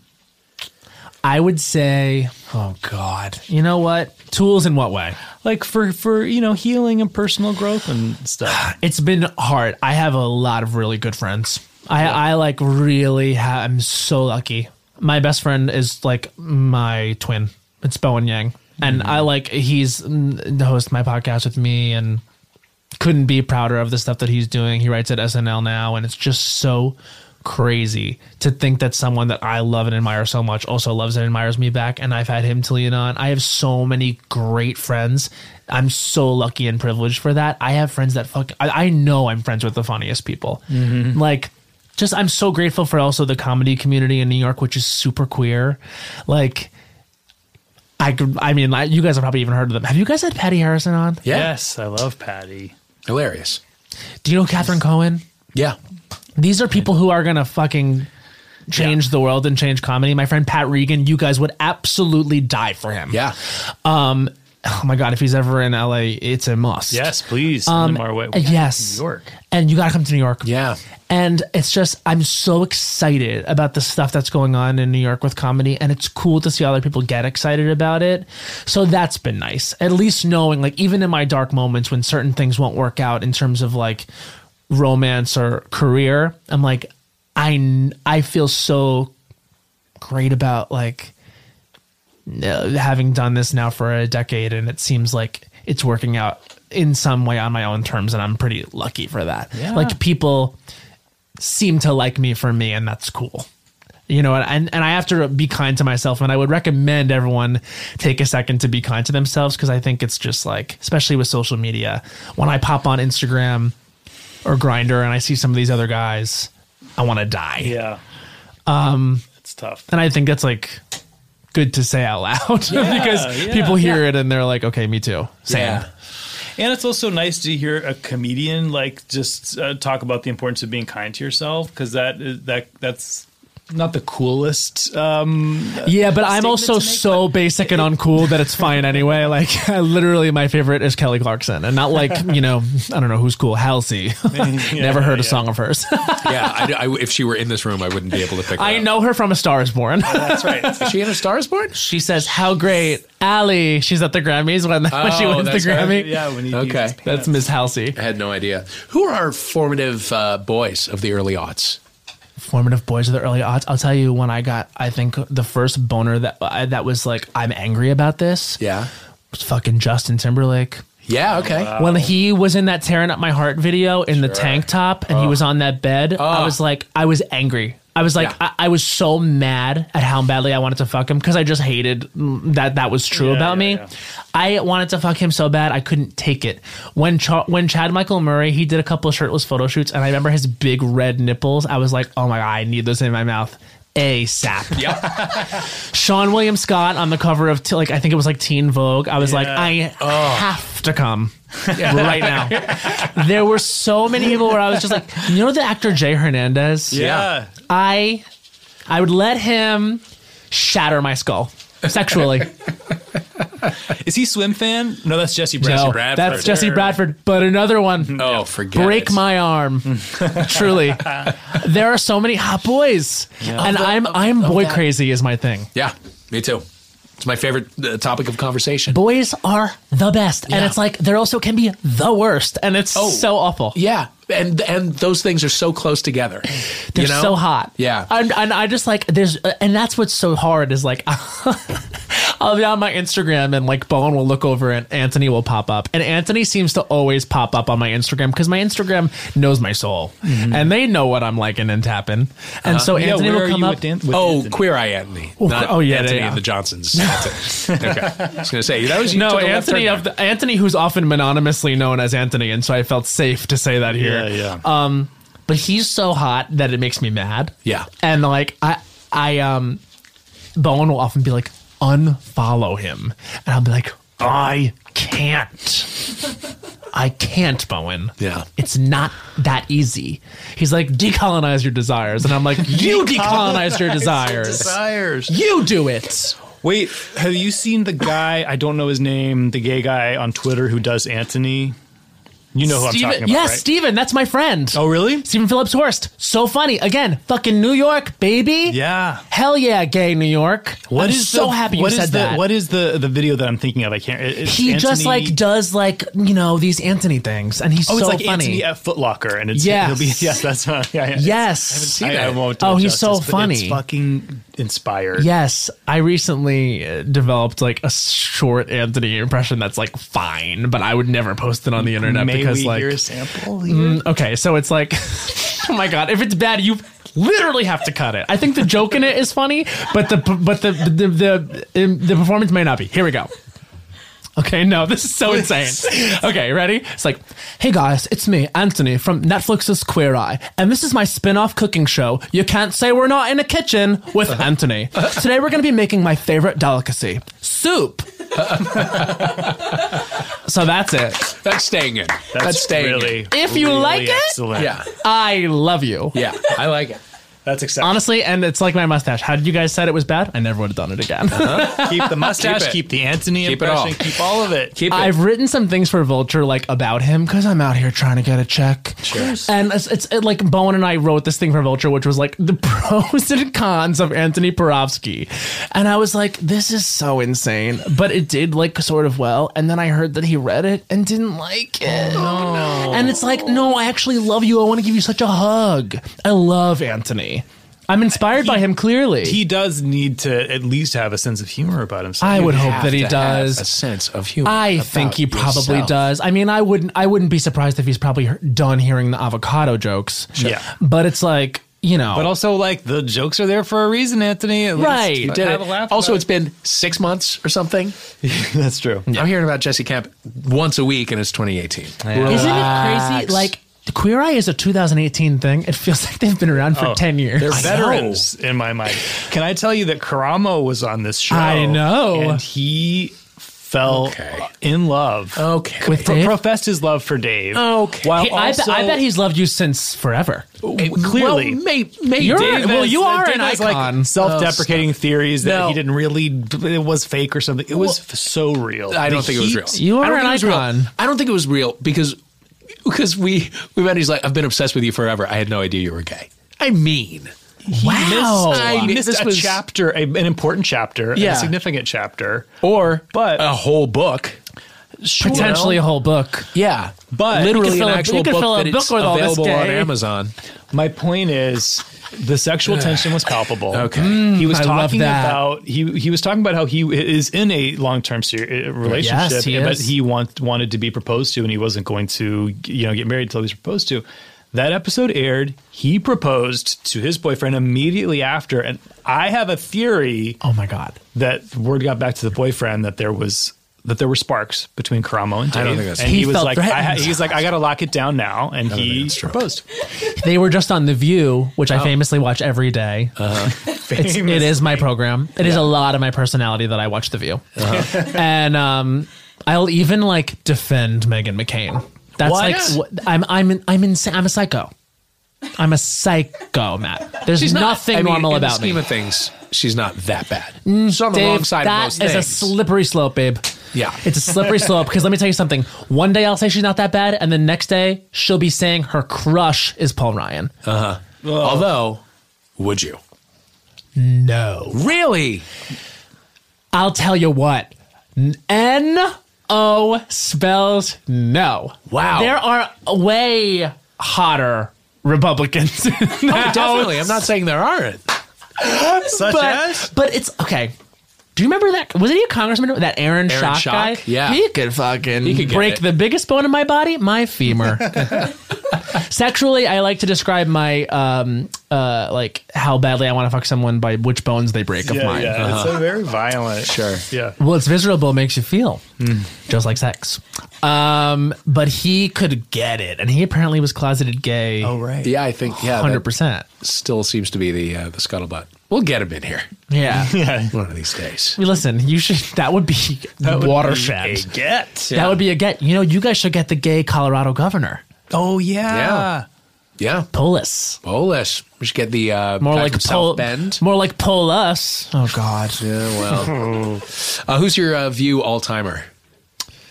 Speaker 3: I would say, oh God, you know what? Tools in what way?
Speaker 2: like for for you know healing and personal growth and stuff.
Speaker 3: It's been hard. I have a lot of really good friends. I, I like really ha- I'm so lucky. My best friend is like my twin. It's Bowen Yang. And I like he's mm, the host of my podcast with me and couldn't be prouder of the stuff that he's doing. He writes at SNL now and it's just so crazy to think that someone that I love and admire so much also loves and admires me back and I've had him to lean on. I have so many great friends. I'm so lucky and privileged for that. I have friends that fuck I, I know I'm friends with the funniest people. Like just I'm so grateful for also the comedy community in New York, which is super queer. Like I could, I mean, I, you guys have probably even heard of them. Have you guys had Patty Harrison on?
Speaker 1: Yeah.
Speaker 2: Yes, I love Patty.
Speaker 1: Hilarious.
Speaker 3: Do you know Catherine Cohen?
Speaker 1: Yeah.
Speaker 3: These are people who are gonna fucking change the world and change comedy. My friend Pat Regan, you guys would absolutely die for him.
Speaker 1: Yeah.
Speaker 3: Um. Oh my god, if he's ever in LA, it's a must.
Speaker 2: Yes, please send them our way. We
Speaker 3: Uh, Yes.
Speaker 2: New York.
Speaker 3: And you gotta come to New York.
Speaker 1: Yeah.
Speaker 3: And it's just, I'm so excited about the stuff that's going on in New York with comedy. And it's cool to see other people get excited about it. So that's been nice. At least knowing, like, even in my dark moments when certain things won't work out in terms of like romance or career, I'm like, I, kn- I feel so great about like uh, having done this now for a decade and it seems like it's working out in some way on my own terms and I'm pretty lucky for that.
Speaker 2: Yeah.
Speaker 3: Like people seem to like me for me and that's cool. You know, and and I have to be kind to myself and I would recommend everyone take a second to be kind to themselves cuz I think it's just like especially with social media when I pop on Instagram or Grinder and I see some of these other guys I want to die.
Speaker 2: Yeah. Um, it's tough.
Speaker 3: And I think that's like good to say out loud <laughs> because
Speaker 2: yeah,
Speaker 3: people hear it and they're like, okay, me too. Same.
Speaker 1: Yeah.
Speaker 2: And it's also nice to hear a comedian like just uh, talk about the importance of being kind to yourself because that is, that that's not the coolest. Um,
Speaker 3: Yeah, but I'm
Speaker 2: Statement
Speaker 3: also
Speaker 2: to make,
Speaker 3: so basic and uncool that it's fine anyway. <laughs> Like, literally, my favorite is Kelly Clarkson, and not like you know, <laughs> I don't know who's cool, Halsey. <laughs> Never heard
Speaker 2: <laughs>
Speaker 3: a
Speaker 2: yeah.
Speaker 3: song of hers. <laughs>
Speaker 1: Yeah. I, I- if she were in this room, I wouldn't be able to pick her
Speaker 3: I
Speaker 1: up.
Speaker 3: know her from A Star Is Born. <laughs>
Speaker 2: that's <laughs> right.
Speaker 1: Is she in a Stars Born?
Speaker 3: she says, "How great, Allie." She's at the Grammys when, <laughs> when she
Speaker 1: Oh,
Speaker 3: wins
Speaker 1: that's
Speaker 3: the
Speaker 1: her.
Speaker 3: Grammy.
Speaker 2: yeah. When he
Speaker 1: Okay.
Speaker 2: uses pants.
Speaker 3: That's Miss Halsey.
Speaker 1: I had no idea. Who are our formative uh, boys of the early aughts?
Speaker 3: formative boys of the early aughts. I'll tell you when I got, I think the first boner that I, that was like, I'm angry about this.
Speaker 1: Yeah.
Speaker 3: was fucking Justin Timberlake.
Speaker 1: Yeah. Okay.
Speaker 3: When
Speaker 2: Oh.
Speaker 3: he was in that tearing up my heart video in the tank top and he
Speaker 2: Oh.
Speaker 3: was on that bed, I was like, I was angry. I was like,
Speaker 1: Yeah.
Speaker 3: I, I was so mad at how badly I wanted to fuck him because I just hated mm, that that was true
Speaker 2: Yeah,
Speaker 3: about
Speaker 2: yeah,
Speaker 3: me.
Speaker 2: yeah.
Speaker 3: I wanted to fuck him so bad I couldn't take it. When Cha- when Chad Michael Murray he did a couple of shirtless photo shoots and I remember his big red nipples. I was like, oh my god, I need those in my mouth asap. <laughs>
Speaker 1: Yeah.
Speaker 3: Sean William Scott on the cover of t- like I think it was like Teen Vogue. I was like,
Speaker 2: Yeah.
Speaker 3: I have to come right now. there were so many people where I was just like, you know, the actor Jay Hernandez.
Speaker 2: yeah.
Speaker 3: I, I would let him shatter my skull
Speaker 1: <laughs>
Speaker 3: sexually.
Speaker 2: Is he swim fan? No, that's Jesse Bradford.
Speaker 3: no,
Speaker 1: Bradford.
Speaker 3: that's Jesse Bradford. But another one,
Speaker 1: Oh, forget.
Speaker 3: break
Speaker 1: it.
Speaker 3: my arm.
Speaker 1: <laughs>
Speaker 3: Truly, there are so many hot boys, and I'm I'm boy crazy is my thing.
Speaker 1: Yeah. Me too. It's my favorite uh, topic of conversation.
Speaker 3: boys are the best and
Speaker 1: Yeah.
Speaker 3: it's like there also can be the worst and it's
Speaker 1: Oh.
Speaker 3: so awful
Speaker 1: yeah. And and those things are so close together.
Speaker 3: they're
Speaker 1: you know?
Speaker 3: so hot
Speaker 1: Yeah.
Speaker 3: and, and i just like there's uh, and that's what's so hard is like <laughs> i'll be on my instagram and like bowen will look over and anthony will pop up and anthony seems to always pop up on my instagram because my instagram knows my soul
Speaker 1: Mm-hmm.
Speaker 3: and they know what i'm liking and tapping and
Speaker 1: Uh-huh.
Speaker 3: so
Speaker 2: Yeah,
Speaker 3: anthony
Speaker 2: where
Speaker 3: will
Speaker 2: are
Speaker 3: come
Speaker 2: you
Speaker 3: up
Speaker 2: with Dan- with
Speaker 1: Oh,
Speaker 2: Anthony?
Speaker 1: Queer Eye Anthony.
Speaker 3: Oh,
Speaker 1: not
Speaker 3: oh, yeah,
Speaker 1: Anthony
Speaker 3: yeah, yeah.
Speaker 1: and the Johnsons. That's
Speaker 3: <laughs>
Speaker 1: it. Okay. I was gonna say that was you
Speaker 3: no,
Speaker 1: took a left
Speaker 3: Anthony
Speaker 1: turn
Speaker 3: of the, Anthony, who's often mononymously known as Anthony, and so I felt safe to say that here.
Speaker 2: yeah.
Speaker 3: but he's so hot that it makes me mad.
Speaker 1: Yeah.
Speaker 3: And like I I um Bowen will often be like, unfollow him. And I'll be like, I can't.
Speaker 2: <laughs>
Speaker 3: I can't, Bowen.
Speaker 1: Yeah.
Speaker 3: It's not that easy. He's like, decolonize your desires. And
Speaker 2: <laughs>
Speaker 3: I'm like, you decolonize your desires.
Speaker 2: Desires.
Speaker 3: You do it.
Speaker 2: Wait, have you seen the guy? I don't know his name. The gay guy on Twitter who does Anthony. You know who
Speaker 3: Steven,
Speaker 2: I'm talking about,
Speaker 3: yes,
Speaker 2: right?
Speaker 3: Steven, that's my friend.
Speaker 2: Oh, really?
Speaker 3: Stephen Phillips Horst. So funny. Again, fucking New York, baby.
Speaker 2: Yeah.
Speaker 3: Hell yeah, gay New York.
Speaker 2: What
Speaker 3: I'm
Speaker 2: is
Speaker 3: so
Speaker 2: the,
Speaker 3: happy you
Speaker 2: what is
Speaker 3: said
Speaker 2: the,
Speaker 3: that.
Speaker 2: What is the the video that I'm thinking of? I can't. it- it's
Speaker 3: he just
Speaker 2: Anthony-
Speaker 3: like does like you know these Anthony things, and he's
Speaker 2: Oh,
Speaker 3: so
Speaker 2: it's like
Speaker 3: funny.
Speaker 2: Anthony at Foot Locker, and it's
Speaker 3: Yes.
Speaker 2: he'll be yes, that's right. Yeah, yeah.
Speaker 3: Yes.
Speaker 2: I haven't seen
Speaker 3: I haven't
Speaker 2: it.
Speaker 3: seen
Speaker 2: I
Speaker 3: it.
Speaker 2: won't do
Speaker 3: Oh,
Speaker 2: it
Speaker 3: he's so
Speaker 2: justice, but
Speaker 3: funny.
Speaker 2: It's fucking inspired.
Speaker 3: Yes, I recently uh, developed like a short Anthony impression that's like fine, but I would never post it on the internet
Speaker 2: May
Speaker 3: because
Speaker 2: we
Speaker 3: like
Speaker 2: hear a sample? here?
Speaker 3: Mm, okay, so it's like, <laughs> oh my god, if it's bad, you literally have to cut it. I think the joke in it is funny, but the but the the the the, um, the performance may not be. Here we go. Okay, no, this is so insane. Okay, ready? It's like, hey guys, it's me, Anthony, from Netflix's Queer Eye, and this is my spin off cooking show, You Can't Say We're Not in a Kitchen with Anthony. Today we're gonna be making my favorite delicacy soup. so that's it.
Speaker 1: That's staying in. That's, staying in.
Speaker 2: really,
Speaker 3: If you
Speaker 2: really
Speaker 3: like it-
Speaker 2: excellent.
Speaker 1: Yeah.
Speaker 3: I love you.
Speaker 1: Yeah. I like it.
Speaker 2: that's acceptable.
Speaker 3: Honestly, and it's like my mustache. Had you guys said it was bad, I never would have done it again.
Speaker 1: <laughs>
Speaker 2: keep the mustache,
Speaker 1: Keep it.
Speaker 2: keep, the Anthony
Speaker 1: Keep it
Speaker 2: impression,
Speaker 1: all.
Speaker 2: keep all of it.
Speaker 1: Keep it.
Speaker 3: I've written some things for Vulture like about him because I'm out here trying to get a check. Sure. And it's, it's it, like Bowen and I wrote this thing for Vulture, which was like the <laughs> pros and cons of Anthony Porofsky, and I was like, this is so insane. But it did like sort of well, and then I heard that he read it and didn't like it. And it's like, no, I actually love you. I want to give you such a hug. I love Anthony. I'm inspired by him clearly.
Speaker 2: he does need to at least have a sense of humor about himself.
Speaker 3: I would hope
Speaker 1: Have
Speaker 3: that he
Speaker 1: to have a
Speaker 3: does.
Speaker 1: sense of humor.
Speaker 3: I
Speaker 1: about
Speaker 3: think he probably
Speaker 1: yourself.
Speaker 3: does. I mean, I wouldn't. I wouldn't be surprised if he's probably he- done hearing the avocado jokes.
Speaker 2: Yeah.
Speaker 3: but it's like you know.
Speaker 2: But also, like the jokes are there for a reason, Anthony. At least
Speaker 3: Right. You did
Speaker 2: have
Speaker 1: Did
Speaker 2: a laugh
Speaker 1: it. Also,
Speaker 2: about
Speaker 1: it's been six months or something.
Speaker 2: it. <laughs> that's true.
Speaker 1: I'm hearing about Jesse Camp once a week, and it's 2018.
Speaker 3: isn't it crazy? Like the Queer Eye is a 2018 thing. It feels like they've been around for
Speaker 2: Oh,
Speaker 3: 10 years.
Speaker 2: They're
Speaker 3: I know.
Speaker 2: veterans in my mind. Can I tell you that Karamo was on this show?
Speaker 3: I know.
Speaker 2: And he fell
Speaker 1: Okay. Oh,
Speaker 2: in love.
Speaker 1: Okay.
Speaker 3: With
Speaker 2: Pro-
Speaker 3: Dave?
Speaker 2: professed his love for Dave.
Speaker 1: Okay.
Speaker 2: While
Speaker 3: Hey, I, bet
Speaker 2: also,
Speaker 3: I bet he's loved you since forever.
Speaker 2: clearly.
Speaker 1: Well, may, maybe.
Speaker 3: You're-
Speaker 2: Dave
Speaker 3: well,
Speaker 2: has-
Speaker 3: you are
Speaker 2: Dave
Speaker 3: an
Speaker 2: has,
Speaker 3: icon.
Speaker 2: Like self-deprecating theories that
Speaker 1: Oh. No.
Speaker 2: he didn't really. It was fake or something. It was f so real.
Speaker 1: I don't
Speaker 2: The
Speaker 1: think it was
Speaker 2: heat-
Speaker 1: real.
Speaker 3: You
Speaker 1: I
Speaker 3: are
Speaker 1: don't
Speaker 3: an
Speaker 1: think it was real.
Speaker 3: icon.
Speaker 1: I don't think it was real because because we we met. And he's like, I've been obsessed with you forever. I had no idea you were gay. I mean,
Speaker 3: wow.
Speaker 1: missed- I
Speaker 2: He
Speaker 1: mean,
Speaker 2: missed
Speaker 1: this
Speaker 2: a
Speaker 1: was-
Speaker 2: chapter, a, an important chapter, and
Speaker 1: Yeah. Oh.
Speaker 2: a significant chapter.
Speaker 1: or
Speaker 2: But-
Speaker 1: a whole book.
Speaker 2: Sure.
Speaker 3: Potentially a whole book.
Speaker 1: Yeah,
Speaker 2: But-
Speaker 3: You could
Speaker 1: literally
Speaker 3: fill
Speaker 1: an
Speaker 3: a-
Speaker 1: actual
Speaker 3: you could
Speaker 1: book
Speaker 3: fill a
Speaker 1: that
Speaker 3: book
Speaker 1: it's
Speaker 3: with all this
Speaker 1: available on
Speaker 3: gay.
Speaker 1: Amazon.
Speaker 2: My point is, the sexual tension was palpable. Mm,
Speaker 1: Okay.
Speaker 2: he was
Speaker 3: I love
Speaker 2: talking
Speaker 3: that.
Speaker 2: about he he was talking about how he is in a long term ser- uh, relationship,
Speaker 3: Yes, he
Speaker 2: and- but
Speaker 3: is.
Speaker 2: he want, wanted to be proposed to, and he wasn't going to you know get married until he was proposed to. That episode aired. He proposed to his boyfriend immediately after, and I have a theory
Speaker 3: Oh my god.
Speaker 2: that word got back to the boyfriend that there was that there were sparks between Karamo and Dave.
Speaker 1: I don't think that's
Speaker 2: and
Speaker 1: true.
Speaker 2: he,
Speaker 3: He
Speaker 2: was
Speaker 3: felt
Speaker 2: like, I ha-
Speaker 3: threatened.
Speaker 2: he's like, I gotta lock it down now, and he
Speaker 1: that's true.
Speaker 2: proposed.
Speaker 3: They were just on The View, which
Speaker 1: Oh.
Speaker 3: I famously watch every day.
Speaker 1: Uh-huh.
Speaker 3: It's, it is my program. It is a lot of my personality that I watch The View,
Speaker 1: Uh-huh.
Speaker 3: and um, I'll even like defend Megan McCain. That's
Speaker 2: What?
Speaker 3: like wh- I'm I'm I'm insane. I'm a psycho. I'm a psycho, Matt. There's nothing
Speaker 1: I mean,
Speaker 3: normal
Speaker 1: in the
Speaker 3: about
Speaker 1: scheme
Speaker 3: me. Mm,
Speaker 1: of things. She's not that bad. she's on the wrong side
Speaker 3: that
Speaker 1: of most
Speaker 3: is
Speaker 1: things.
Speaker 3: a slippery slope, babe.
Speaker 1: Yeah.
Speaker 3: it's a
Speaker 1: <laughs>
Speaker 3: slippery slope because let me tell you something. One day I'll say she's not that bad, and the next day she'll be saying her crush is Paul Ryan.
Speaker 1: Although, would you
Speaker 3: no. <laughs>
Speaker 1: really?
Speaker 3: I'll tell you what. N O spells no.
Speaker 1: Wow.
Speaker 3: There are way hotter
Speaker 2: <laughs>
Speaker 3: Republicans. <laughs> in that
Speaker 1: Oh, Definitely.
Speaker 3: house.
Speaker 1: I'm not saying there aren't.
Speaker 2: Such
Speaker 3: But, but it's okay. Do you remember that? Was he a congressman? That Aaron,
Speaker 1: Aaron
Speaker 3: Schock,
Speaker 1: Schock?
Speaker 3: guy?
Speaker 1: Yeah.
Speaker 3: He could fucking
Speaker 1: could get
Speaker 3: break
Speaker 1: it.
Speaker 3: the biggest bone in my body, my
Speaker 1: <laughs>
Speaker 3: femur. Sexually, I like to describe my, um, uh, like how badly I want to fuck someone by which bones they break of
Speaker 2: yeah,
Speaker 3: mine. Uh-huh.
Speaker 2: yeah. It's a very violent. Sure. Yeah.
Speaker 3: Well, it's miserable. It makes you feel just like sex. Um, but he could get it, and he apparently was closeted gay.
Speaker 2: Oh right.
Speaker 1: Yeah, I think yeah,
Speaker 3: hundred
Speaker 1: that
Speaker 3: percent.
Speaker 1: still seems to be the uh, the scuttlebutt. We'll get him in here
Speaker 3: Yeah.
Speaker 1: one of these days.
Speaker 3: I mean, Listen, you should. That would be watershed.
Speaker 2: A get.
Speaker 3: That would be a get. You know, you guys should get the gay Colorado governor,
Speaker 2: Oh yeah.
Speaker 1: Yeah. Yeah,
Speaker 3: Polis.
Speaker 1: Polish. We should get the uh,
Speaker 3: More
Speaker 1: guy
Speaker 3: like
Speaker 1: from
Speaker 3: Pol.
Speaker 1: South Bend.
Speaker 3: More like Polis. Oh God.
Speaker 1: Yeah, well, uh, who's your uh, view all timer,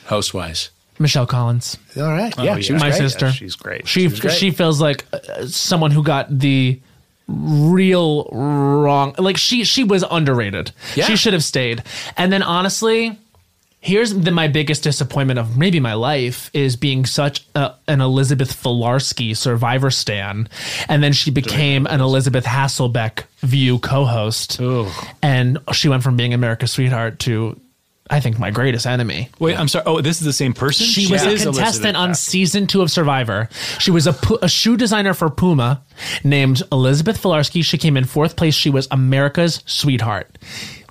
Speaker 1: host wise?
Speaker 3: Michelle Collins.
Speaker 1: All right. Yeah,
Speaker 2: Oh,
Speaker 1: she
Speaker 2: yeah.
Speaker 1: was
Speaker 3: my
Speaker 1: great.
Speaker 3: sister.
Speaker 2: she's great.
Speaker 3: She she,
Speaker 1: great.
Speaker 3: feels like uh, someone who got the real wrong. Like she she was underrated.
Speaker 1: Yeah.
Speaker 3: She should have stayed. And then honestly, here's the, my biggest disappointment of maybe my life is being such a, an Elizabeth Filarski survivor stan, and then she became an Elizabeth Hasselbeck View co-host, and she went from being America's sweetheart to. I think my greatest enemy.
Speaker 2: Wait, I'm sorry. Oh, this is the same person.
Speaker 3: She was a
Speaker 2: is
Speaker 3: contestant
Speaker 2: Elizabeth
Speaker 3: on
Speaker 2: Bass.
Speaker 3: season two of Survivor. She was a, pu- a shoe designer for Puma named Elizabeth Filarski. She came in fourth place. She was America's sweetheart.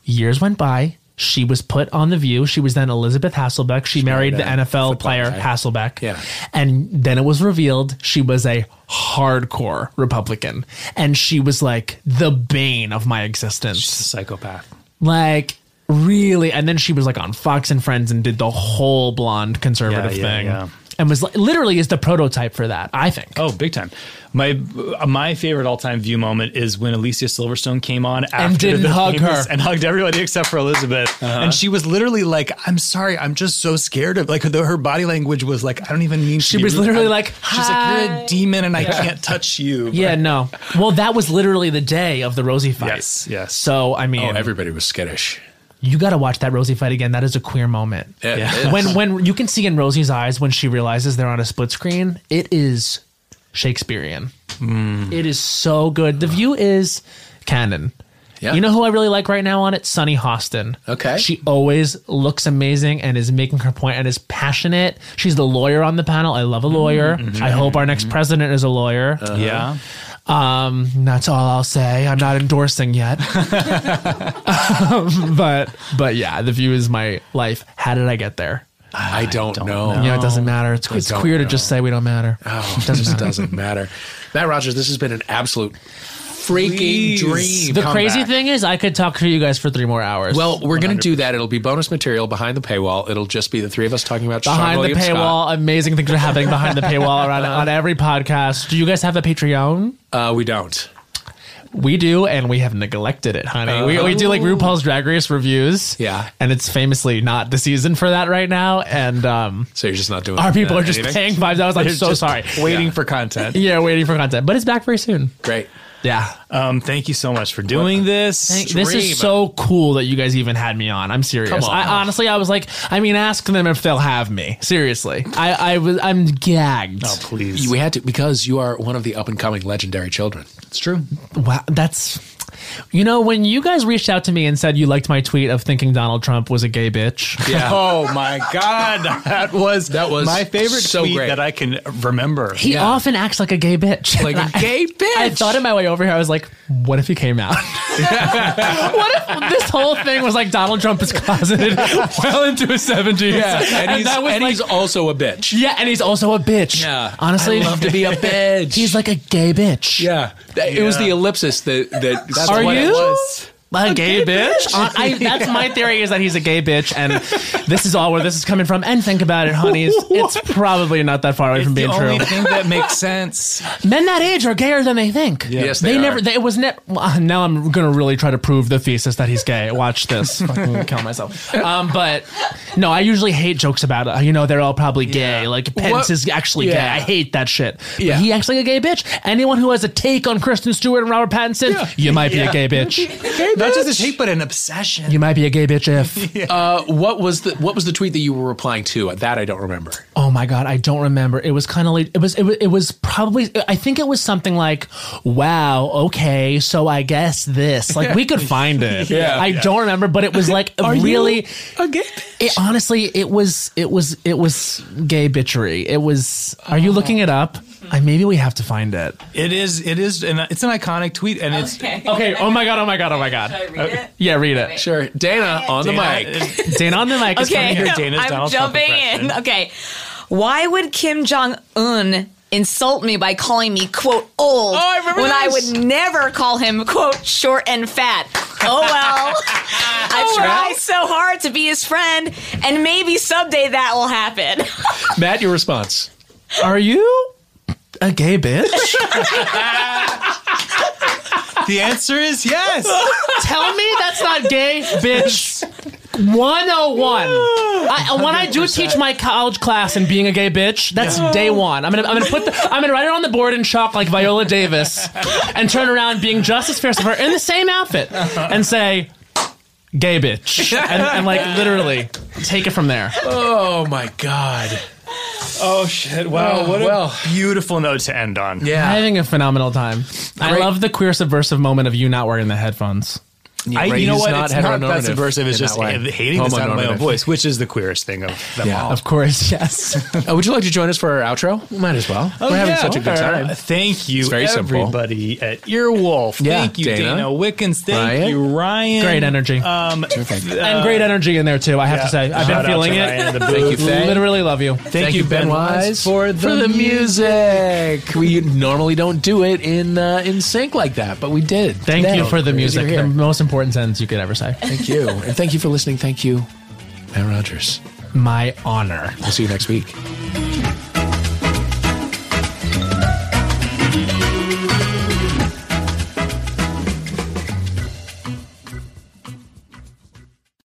Speaker 3: Years went by. She was put on The View. She was then Elizabeth Hasselbeck. She, married the
Speaker 1: married a
Speaker 3: NFL
Speaker 1: football
Speaker 3: player
Speaker 1: guy.
Speaker 3: Hasselbeck.
Speaker 1: Yeah.
Speaker 3: And then it was revealed she was a hardcore Republican. And she was like the bane of my existence
Speaker 2: She's a psychopath.
Speaker 3: like really and then she was like on fox and friends and did the whole blonde conservative
Speaker 2: Yeah, yeah,
Speaker 3: thing
Speaker 2: yeah.
Speaker 3: and was like, literally is the prototype for that i think
Speaker 2: Oh, big time! My uh, my favorite all time view moment is when Alicia Silverstone came on after
Speaker 3: didn't
Speaker 2: the
Speaker 3: hug
Speaker 2: famous-
Speaker 3: her. Uh-huh.
Speaker 2: and hugged everybody except for Elizabeth, and she was literally like, "I'm sorry, I'm just so scared of like." Though her body language was like, "I don't even mean."
Speaker 3: She was literally like,
Speaker 2: "She's like, you're
Speaker 3: "Hi."
Speaker 2: a demon, and I can't touch you."
Speaker 3: yeah no well that was literally the day of the rosie fight
Speaker 2: Yes, yes.
Speaker 3: so i mean
Speaker 1: Oh, everybody was skittish.
Speaker 3: you gotta watch that rosie fight again that is a queer moment
Speaker 1: Yeah.
Speaker 2: Yeah.
Speaker 3: when when you can see in rosie's eyes when she realizes they're on a split screen it is shakespearean
Speaker 1: Mm.
Speaker 3: it is so good the view is canon
Speaker 1: Yeah.
Speaker 3: You know who I really like right now on it? Sunny Hostin.
Speaker 1: Okay.
Speaker 3: She always looks amazing and is making her point and is passionate. She's the lawyer on the panel. I love a lawyer.
Speaker 1: Mm-hmm.
Speaker 3: I hope our next president is a lawyer.
Speaker 1: Uh-huh.
Speaker 2: yeah.
Speaker 3: Um, that's all I'll say. I'm not endorsing
Speaker 1: <laughs>
Speaker 3: yet. <laughs> Um, but but yeah, the view is my life. How did I get there?
Speaker 1: I don't, know.
Speaker 3: You know, it doesn't matter. It's, it's
Speaker 1: Oh. don't
Speaker 3: queer to
Speaker 1: know.
Speaker 3: just say we don't matter.
Speaker 1: <laughs> Oh, it
Speaker 3: <laughs>
Speaker 1: just doesn't matter. Matt Rogers, this has been an absolute freaking
Speaker 2: Please.
Speaker 1: dream.
Speaker 3: The
Speaker 1: Come
Speaker 3: crazy
Speaker 1: back.
Speaker 3: thing is, I could talk to you guys for three more hours.
Speaker 1: Well, we're going to do that. It'll be bonus material behind the paywall. It'll just be the three of us talking about Sean
Speaker 3: behind the
Speaker 1: William Scott.
Speaker 3: paywall, amazing things are happening behind
Speaker 1: <laughs>
Speaker 3: the paywall around on every podcast. Do you guys have a Patreon?
Speaker 1: Uh, we don't.
Speaker 3: We do, and we have neglected it, honey. we, we do like RuPaul's Drag Race reviews.
Speaker 1: Oh. Yeah.
Speaker 3: And it's famously not the season for that right now. And um,
Speaker 1: So you're just not doing
Speaker 3: our people
Speaker 1: uh,
Speaker 3: are just
Speaker 1: anything?
Speaker 3: paying $5. I'm
Speaker 2: They're
Speaker 3: so
Speaker 2: just
Speaker 3: sorry.
Speaker 2: Waiting for content.
Speaker 3: Yeah, waiting for content, but it's back very soon.
Speaker 1: <laughs> Great.
Speaker 3: Yeah.
Speaker 2: Um, thank you so much for doing this.
Speaker 3: Thank- this
Speaker 1: dream.
Speaker 3: is so cool that you guys even had me on. I'm serious.
Speaker 1: Come on.
Speaker 3: I honestly, I was like, I mean, ask them if they'll have me. Seriously, I, I was, I'm gagged.
Speaker 2: oh, please.
Speaker 1: You- We had to because you are one of the up and coming legendary
Speaker 3: <laughs>
Speaker 1: children.
Speaker 2: it's true.
Speaker 3: Wow, that's. You know, when you guys reached out to me and said you liked my tweet of thinking Donald Trump was a gay bitch,
Speaker 1: <laughs> Yeah.
Speaker 2: Oh my God, <laughs> that was
Speaker 1: That was
Speaker 2: my favorite
Speaker 1: so
Speaker 2: tweet
Speaker 1: great.
Speaker 2: that I can remember.
Speaker 3: <laughs> he
Speaker 1: Yeah.
Speaker 3: often acts like a gay
Speaker 1: <laughs>
Speaker 3: bitch.
Speaker 1: <laughs> Like a gay bitch.
Speaker 3: I thought on my way over here, I was like, what if he came out? <laughs> what if this whole thing was like Donald Trump is closeted <laughs> well into his 70s?
Speaker 1: Yeah. And, he's,
Speaker 3: <laughs> that was
Speaker 1: and
Speaker 3: like-
Speaker 1: he's also a bitch.
Speaker 3: <laughs> yeah, and he's also a bitch.
Speaker 1: Yeah.
Speaker 3: Honestly,
Speaker 1: I love to be a bitch.
Speaker 3: <laughs> he's like a gay bitch.
Speaker 1: yeah. That- It was
Speaker 2: Yeah.
Speaker 1: the ellipsis that. that <laughs> that's
Speaker 3: Are
Speaker 1: what it
Speaker 3: you?
Speaker 1: was.
Speaker 3: A, gay, bitch? Uh, I, that's <laughs> my theory is that he's a gay bitch, and this is all where this is coming from. And think about it, honeys. It's
Speaker 1: <laughs>
Speaker 3: probably not that far away
Speaker 2: It's
Speaker 3: from
Speaker 2: the
Speaker 3: being true.
Speaker 2: only thing that makes sense.
Speaker 3: Men that age are gayer than they think.
Speaker 1: Yes, they are.
Speaker 3: never. They, it was ne- uh, now. I'm gonna really try to prove the thesis that he's gay.
Speaker 1: <laughs>
Speaker 3: Watch this. Fucking kill myself. Um, but no, I usually hate jokes about it. You know, they're all probably gay. Like Pence
Speaker 1: What-
Speaker 3: is actually
Speaker 1: Yeah.
Speaker 3: gay. I hate that shit. But
Speaker 1: Yeah.
Speaker 3: he actually a gay bitch. Anyone who has a take on Kristen Stewart and Robert Pattinson, you might be a gay bitch.
Speaker 2: Not just a shape, but an obsession.
Speaker 3: You might be a gay bitch if.
Speaker 1: Uh, what was the what was the tweet that you were replying to? That I don't remember.
Speaker 3: Oh my god, I don't remember. It was kind of late. It was, it was it was probably I think it was something like, "Wow, okay, so I guess this." Like we
Speaker 1: <laughs>
Speaker 3: could find it.
Speaker 1: Yeah.
Speaker 3: I don't remember, but it was like really
Speaker 1: Again.
Speaker 3: it, honestly, it was it was it was gay bitchery. It was Are you looking it up? I maybe we have to find it.
Speaker 2: It is. It is. An, it's an iconic tweet, and it's
Speaker 4: Okay.
Speaker 3: Okay, oh my god, oh my god, oh my
Speaker 4: Should I
Speaker 3: god.
Speaker 4: read it?
Speaker 3: Yeah, read it.
Speaker 1: Sure. Dana on the mic.
Speaker 3: Dana on the mic. is
Speaker 4: Okay,
Speaker 3: coming here.
Speaker 2: hear Dana's
Speaker 4: I'm
Speaker 2: Donald Trump
Speaker 4: jumping in.
Speaker 2: impression.
Speaker 4: Okay, why would Kim Jong Un insult me by calling me quote old
Speaker 1: I remember
Speaker 4: when I
Speaker 1: this.
Speaker 4: would never call him quote short and fat? Oh well, I've tried so hard to be his friend, and maybe someday that will happen.
Speaker 1: Matt, your response.
Speaker 3: Are you a gay
Speaker 4: <laughs>
Speaker 3: bitch?
Speaker 2: the answer is yes.
Speaker 3: Tell me that's not gay, bitch. 101. I, when I do teach my college class and being a gay bitch, that's day one. I'm gonna I'm gonna put the I'm gonna write it on the board in chalk like Viola Davis, and turn around being just as fierce of her in the same outfit, and say, "Gay bitch," and, and like literally take it from there.
Speaker 1: Oh my god.
Speaker 2: <laughs> Oh shit! Wow,
Speaker 1: Oh,
Speaker 2: what a
Speaker 1: well.
Speaker 2: beautiful note to end on.
Speaker 1: Yeah.
Speaker 3: Having a phenomenal time. I
Speaker 1: Great.
Speaker 3: love the queer subversive moment of you not wearing the headphones.
Speaker 2: I, you know
Speaker 1: He's
Speaker 2: what?
Speaker 1: not
Speaker 2: it's not
Speaker 1: heteronormative
Speaker 2: that subversive. It's
Speaker 1: in
Speaker 2: just
Speaker 1: that way.
Speaker 2: hating the sound of my own
Speaker 1: Homonormative.
Speaker 2: voice, Oh. which is the queerest thing of them
Speaker 1: Yeah.
Speaker 2: all.
Speaker 3: Of course, <laughs> yes.
Speaker 2: <laughs>
Speaker 1: Uh, would you like to join us for our outro? We might as well. We're having
Speaker 2: Oh, yeah,
Speaker 1: such a good
Speaker 2: all right.
Speaker 1: time.
Speaker 2: Thank you,
Speaker 1: very simple.
Speaker 2: everybody at Earwolf.
Speaker 1: Yeah,
Speaker 2: Thank you, Dana,
Speaker 1: Dana.
Speaker 2: Wickens. Thank
Speaker 1: Ryan.
Speaker 2: you, Ryan.
Speaker 3: Great energy.
Speaker 2: Um,
Speaker 3: and great energy in there too. I have to say, I've
Speaker 2: Shout out
Speaker 3: been
Speaker 2: to
Speaker 3: feeling it.
Speaker 2: Ryan in the
Speaker 1: Thank you,
Speaker 2: booth.
Speaker 1: Faye.
Speaker 3: Literally love you.
Speaker 2: Thank you, Ben Wise, for the
Speaker 1: music. We normally don't do it in uh, in sync like that, but we did.
Speaker 3: Thank
Speaker 1: today.
Speaker 3: you for the
Speaker 1: You're
Speaker 3: music.
Speaker 1: here.
Speaker 3: The <laughs> most important sentence you could ever say.
Speaker 1: Thank you, and thank you for listening. Thank you, Matt Rogers.
Speaker 3: My honor.
Speaker 1: We'll see you next week.